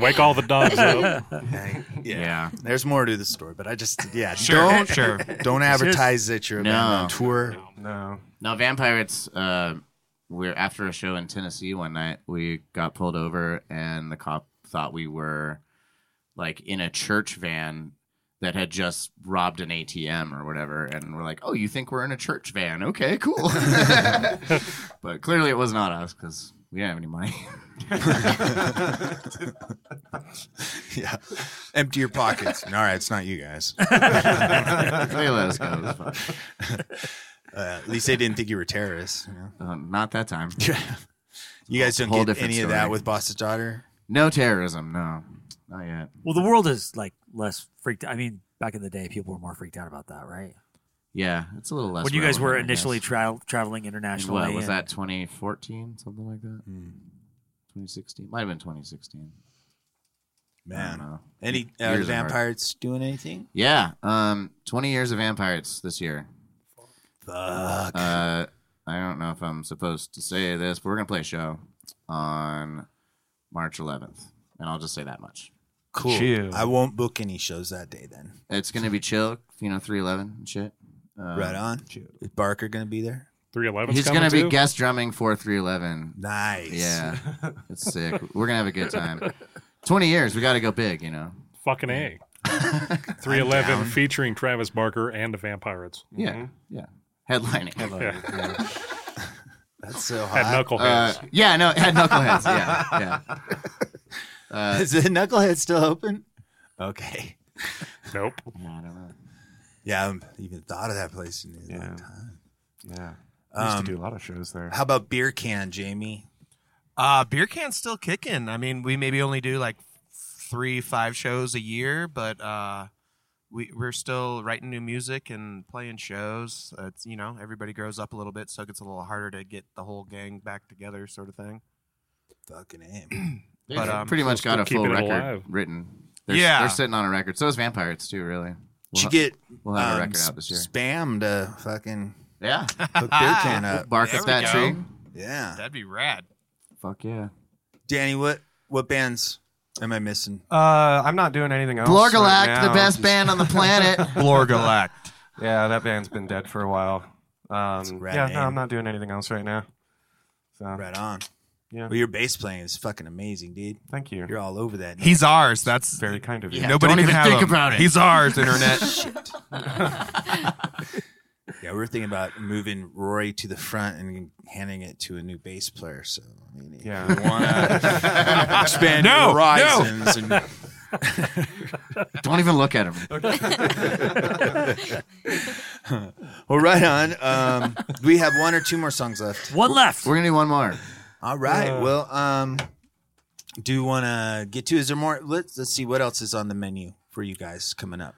H: Wake all the dogs up.
A: Yeah.
G: yeah.
A: There's more to the story, but I just yeah,
C: Sure,
A: don't
C: sure.
A: don't advertise that you're a band
G: No.
A: on tour.
D: No.
G: No, Vampirates. Uh, we're after a show in Tennessee one night. We got pulled over, and the cop thought we were like in a church van that had just robbed an ATM or whatever. And we're like, "Oh, you think we're in a church van? Okay, cool." but clearly, it was not us because we didn't have any money.
A: Yeah, empty your pockets. And, All right, it's not you guys.
G: they let us go. It was fine.
A: Uh, at least they didn't think you were terrorists. You know?
G: Uh, not that time.
A: You guys don't
G: Whole
A: get
G: different
A: any of
G: story.
A: that with Boss's daughter.
G: No terrorism. No, not yet.
B: Well, the world is like less freaked. I mean, back in the day, people were more freaked out about that, right?
G: Yeah, it's a little less.
B: when you guys
G: relevant,
B: were
G: I guess.
B: initially tra- traveling
G: And
B: internationally,
G: what was
B: and-
G: that 2014 something like that 2016 might have been 2016 I don't
A: Man,
G: know.
A: any
G: Years
A: uh,
G: of hard-
A: vampires doing anything?
G: yeah um 20 years of vampires this year
A: Fuck.
G: uh i don't know if i'm supposed to say this but we're gonna play a show on March 11th, and I'll just say that much.
A: Cool. I won't book any shows that day then.
G: It's gonna be chill, you know, three eleven and shit. Um,
A: right on. Is Barker going to be there?
H: 311.
G: He's gonna be guest drumming for three eleven.
A: Nice.
G: Yeah, it's sick. We're gonna have a good time. Twenty years, we got to go big, you know.
H: Fucking A. 311 featuring Travis Barker and the Vampirates.
G: Yeah, yeah. Headlining.
H: Yeah.
A: That's so
H: Had
A: hot.
H: knuckleheads.
G: Uh, yeah, no, it had knuckleheads. Yeah, yeah. Uh,
A: Is the knucklehead still open? Okay.
H: Nope.
G: I don't know.
A: Yeah, I haven't even thought of that place in a long time.
D: Yeah. I used
A: Um,
D: to do a lot of shows there.
A: How about beer can, Jamie?
C: Uh, beer can's still kicking. I mean, we maybe only do like three, five shows a year, but uh, we we're still writing new music and playing shows. Uh, it's, you know, everybody grows up a little bit, so it gets a little harder to get the whole gang back together, sort of thing. um,
A: Fucking aim.
G: They've pretty much got a full record written. They're,
C: Yeah.
G: they're sitting on a record. So is Vampirates too. Really,
A: Should
G: ha-
A: get
G: We'll have
A: um,
G: a record out this year.
A: Spam to fucking
G: yeah.
A: hook beer can up.
G: Bark up
C: There
G: that
C: we go.
G: tree.
A: Yeah.
C: That'd be rad.
G: Fuck yeah.
A: Danny, what what bands am I missing?
D: Uh, I'm not doing anything else.
G: Blorgalact,
D: right now.
G: the best band on the planet.
C: Blorgalact.
D: yeah, that band's been dead for a while. Um,
A: rad
D: yeah,
A: name.
D: no, I'm not doing anything else right now. So,
A: Right on.
D: Yeah.
A: Well, your bass playing is fucking amazing, dude.
D: Thank you.
A: You're all over that.
C: He's ours. That's
D: very kind of you.
A: Yeah,
C: Nobody
A: don't
C: can
A: even
C: have
A: think
C: him.
A: about it.
C: He's ours, internet.
A: Shit. yeah, we were thinking about moving Rory to the front and handing it to a new bass player. So I mean, if
D: Yeah.
A: you want to expand
C: No,
A: your horizons.
C: no.
A: And...
G: Don't even look at him.
A: well, right on. Um, we have one or two more songs left.
B: One left.
G: We're gonna do one more.
A: All right.
G: Uh.
A: well, um, do you want to get to? Is there more? Let's let's see what else is on the menu for you guys coming up.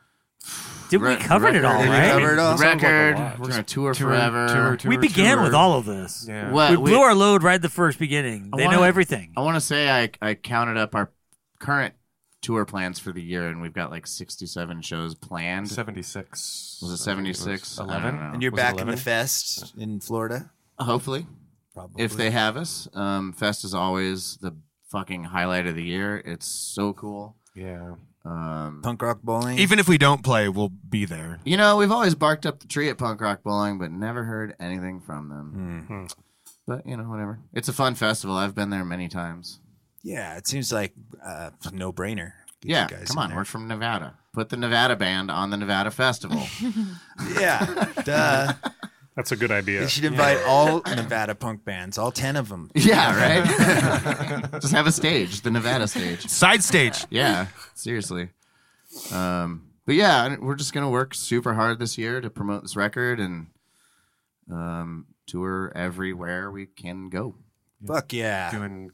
B: Did we
G: Re-
B: covered it all,
A: Did we
B: right?
A: cover it all?
G: Record. We're gonna tour, forever.
B: we began with all of this.
D: Yeah.
G: What-
B: we
G: we-
B: blew our load right at the first beginning.
G: I
B: They know
G: wanna-
B: everything.
G: I want to say I I counted up our current tour plans for the year, and we've got like sixty-seven shows planned.
D: 76.
G: Was it 76? I don't
D: 11?
G: know.
A: And you're
D: Was it
A: back in the
D: 11?
A: fest in Florida.
G: Hopefully.
A: Probably.
G: If they have us. Um, Fest is always the fucking highlight of the year. It's so cool.
D: Yeah.
G: Um,
A: Punk rock bowling.
C: Even if we don't play, we'll be there.
G: you know, we've always barked up the tree at Punk Rock Bowling, but never heard anything from them. But, you know, whatever. It's a fun festival. I've been there many times.
A: yeah, it seems like uh, no brainer.
G: yeah, come on. We're from Nevada. Put the Nevada band on the Nevada Festival.
A: Yeah, duh.
H: That's a good idea.
A: You should invite all Nevada punk bands, all ten of them.
G: yeah, right? Just have a stage, the Nevada stage.
C: Side stage.
G: yeah, seriously. Um, but yeah, and we're just gonna work super hard this year to promote this record and um, tour everywhere we can go.
A: Fuck yeah.
D: Doing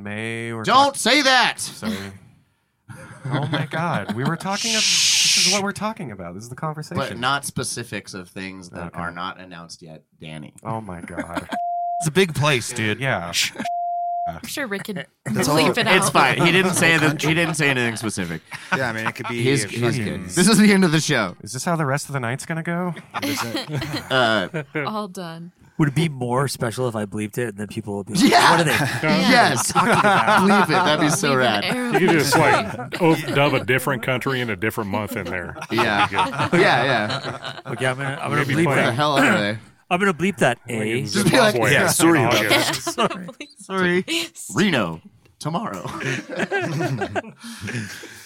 D: May or
G: Don't say that.
D: Sorry. oh my God. We were talking. Of, this is what we're talking about. This is the conversation.
G: But not specifics of things that
D: Okay.
G: are not announced yet, Danny.
D: oh my God.
C: It's a big place, dude.
D: Yeah.
E: I'm sure Rick can
A: That's all-
E: bleep it out.
G: It's fine. He didn't say that. He didn't say anything specific.
A: Yeah, I mean it could be.
G: He's,
A: a
G: he's good.
A: fucking-
G: This is the end of the show.
D: Is this how the rest of the night's gonna go?
G: Uh,
E: All done.
B: Would it be more special if I bleeped it and then people would be like,
G: Yeah.
B: what are they?
G: yes, believe it. That'd be so
E: Leave an
G: rad.
E: air
H: You could just
E: behind.
H: like o- dub a different country and a different month in there.
G: Yeah, yeah, yeah.
B: Okay, I'm going to I'm gonna
H: Maybe
B: bleep
H: play
G: Where the
B: that.
G: hell are they?
B: I'm going to bleep that
D: Oh
H: Like
B: A.
H: in
G: Just be like,
H: Zimbabwe
A: yeah,
H: in
A: sorry about
H: August.
E: Yeah, sorry.
G: Reno tomorrow.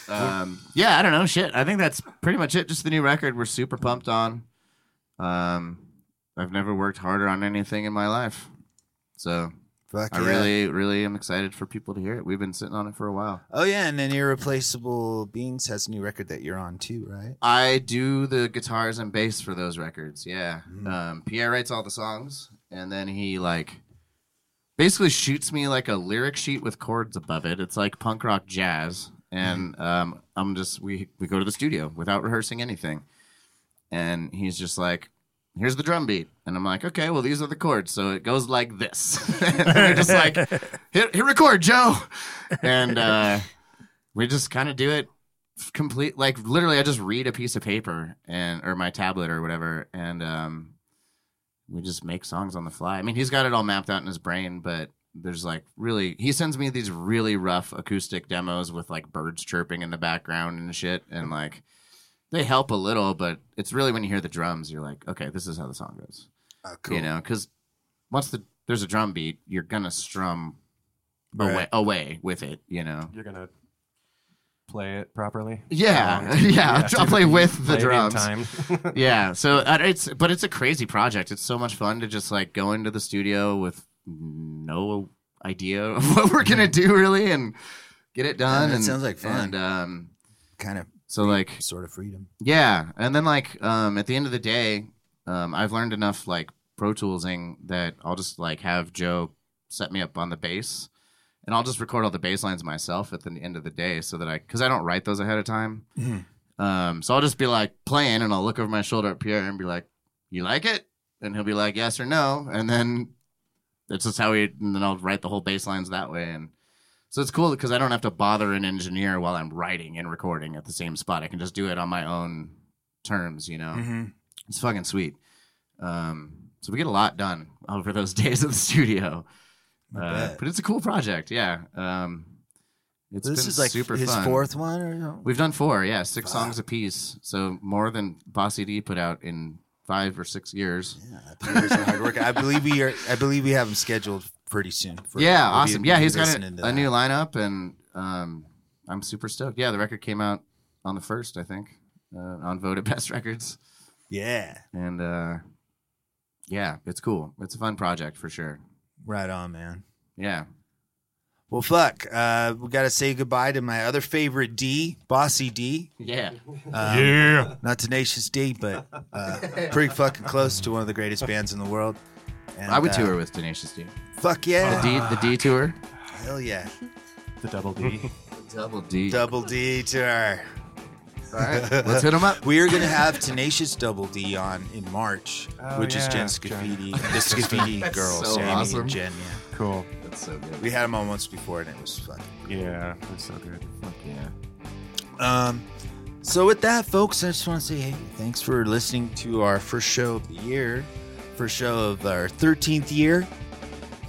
G: um, yeah, I don't know. Shit, I think that's pretty much it. Just the new record. We're super pumped on. Um, I've never worked harder on anything in my life, so
A: Fuck
G: I
A: yeah.
G: really, really am excited for people to hear it. We've been sitting on it for a while.
A: Oh yeah, and then Irreplaceable Beings has a new record that you're on too, right?
G: I do the guitars and bass for those records. Yeah. Um, Pierre writes all the songs, and then he like basically shoots me like a lyric sheet with chords above it. It's like punk rock jazz, and um, I'm just we we go to the studio without rehearsing anything, and he's just like. Here's the drum beat, and I'm like, okay, well, these are the chords, so it goes like this. and we're just like, hit, hit record, Joe, and uh, we just kind of do it complete like literally i just read a piece of paper and or my tablet or whatever and um we just make songs on the fly i mean he's got it all mapped out in his brain but
C: there's like really he sends me these really rough acoustic demos with like birds chirping in the background and shit and like they help a little but it's really when you hear the drums you're like okay this is how the song goes
A: Oh, cool.
C: you know because once the there's a drum beat you're gonna strum away,
D: Right.
C: away with it you know
D: You're gonna play it properly.
C: yeah,
D: Um,
C: yeah. I'll play with
D: Play
C: the
D: it in
C: drums.
D: time.
C: yeah. So uh, it's but it's a crazy project. It's so much fun to just like go into the studio with no idea of what we're gonna do really and get it done.
A: that
C: and,
A: sounds like fun.
C: And, um,
A: kind of
C: so like
A: sort of freedom.
C: yeah, and then like um, at the end of the day, um, I've learned enough like Pro Toolsing that I'll just like have Joe set me up on the bass, and I'll just record all the bass lines myself at the end of the day, so that I because I don't write those ahead of time.
A: Mhm.
C: Um, so I'll just be like playing, and I'll look over my shoulder at Pierre and be like, "You like it?" And he'll be like, "Yes or no," and then that's just how we. And then I'll write the whole bass lines that way, and so it's cool because I don't have to bother an engineer while I'm writing and recording at the same spot. I can just do it on my own terms, you know.
A: Mhm.
C: It's fucking sweet. Um, so we get a lot done over those days at the studio,
A: I
C: Uh,
A: bet.
C: but it's a cool project. Yeah, um, it's
A: This
C: been
A: is like
C: super
A: his
C: fun.
A: fourth one or no?
C: We've done four, yeah, six songs apiece. So more than Bossy D put out in five or six years.
A: Years of hard work. I believe we are. I believe we have him scheduled pretty soon. for-
C: yeah,
A: we'll be-
C: awesome. Yeah,
A: we'll be
C: he's got a,
A: listening to
C: a
A: that.
C: new lineup, and um, I'm super stoked. Yeah, the record came out on the first, I think, uh, on voted best records.
A: Yeah.
C: and uh, yeah, it's cool. It's a fun project for sure.
A: Right on, man.
C: Yeah,
A: Well, fuck. Uh, we got to say goodbye to my other favorite D, Bossy D.
C: yeah,
A: Um,
C: Yeah.
A: Not Tenacious D, but uh, pretty fucking close to one of the greatest bands in the world. And,
C: I would
A: uh,
C: tour with Tenacious D.
A: Fuck yeah.
C: the D, the D tour,
A: Hell yeah.
D: The double D.
C: double D.
A: Double D tour.
C: All right, let's hit 'em up.
A: We are going to have Tenacious Double D on in March,
D: Oh,
A: which is
D: yeah,
A: Jen
D: Jen.
A: Scafidi, the Scafidi
D: That's
A: girl,
D: so
A: Sammy
D: awesome.
A: and Jen. Yeah.
D: Cool.
C: That's so good.
A: We had them on once before, and it was fucking.
D: Yeah, that's so good. Fuck
C: yeah.
A: Um, so with that, folks, I just want to say, hey, thanks for listening to our first show of the year, first show of our thirteenth year.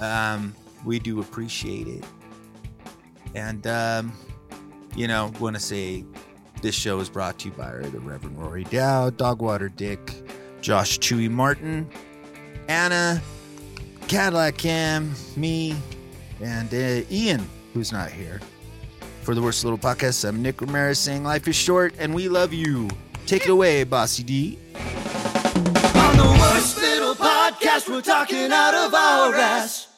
A: Um, we do appreciate it, and um, you know, want to say this show is brought to you by the Reverend Rory Dow, Dogwater Dick, Josh Chewy Martin, Anna, Cadillac Cam, me, and uh, Ian, who's not here. For the Worst Little Podcast, I'm Nick Ramirez saying life is short and we love you. Take it away, Bossy D.
P: On the worst little podcast, we're talking out of our ass.
G: "Oh,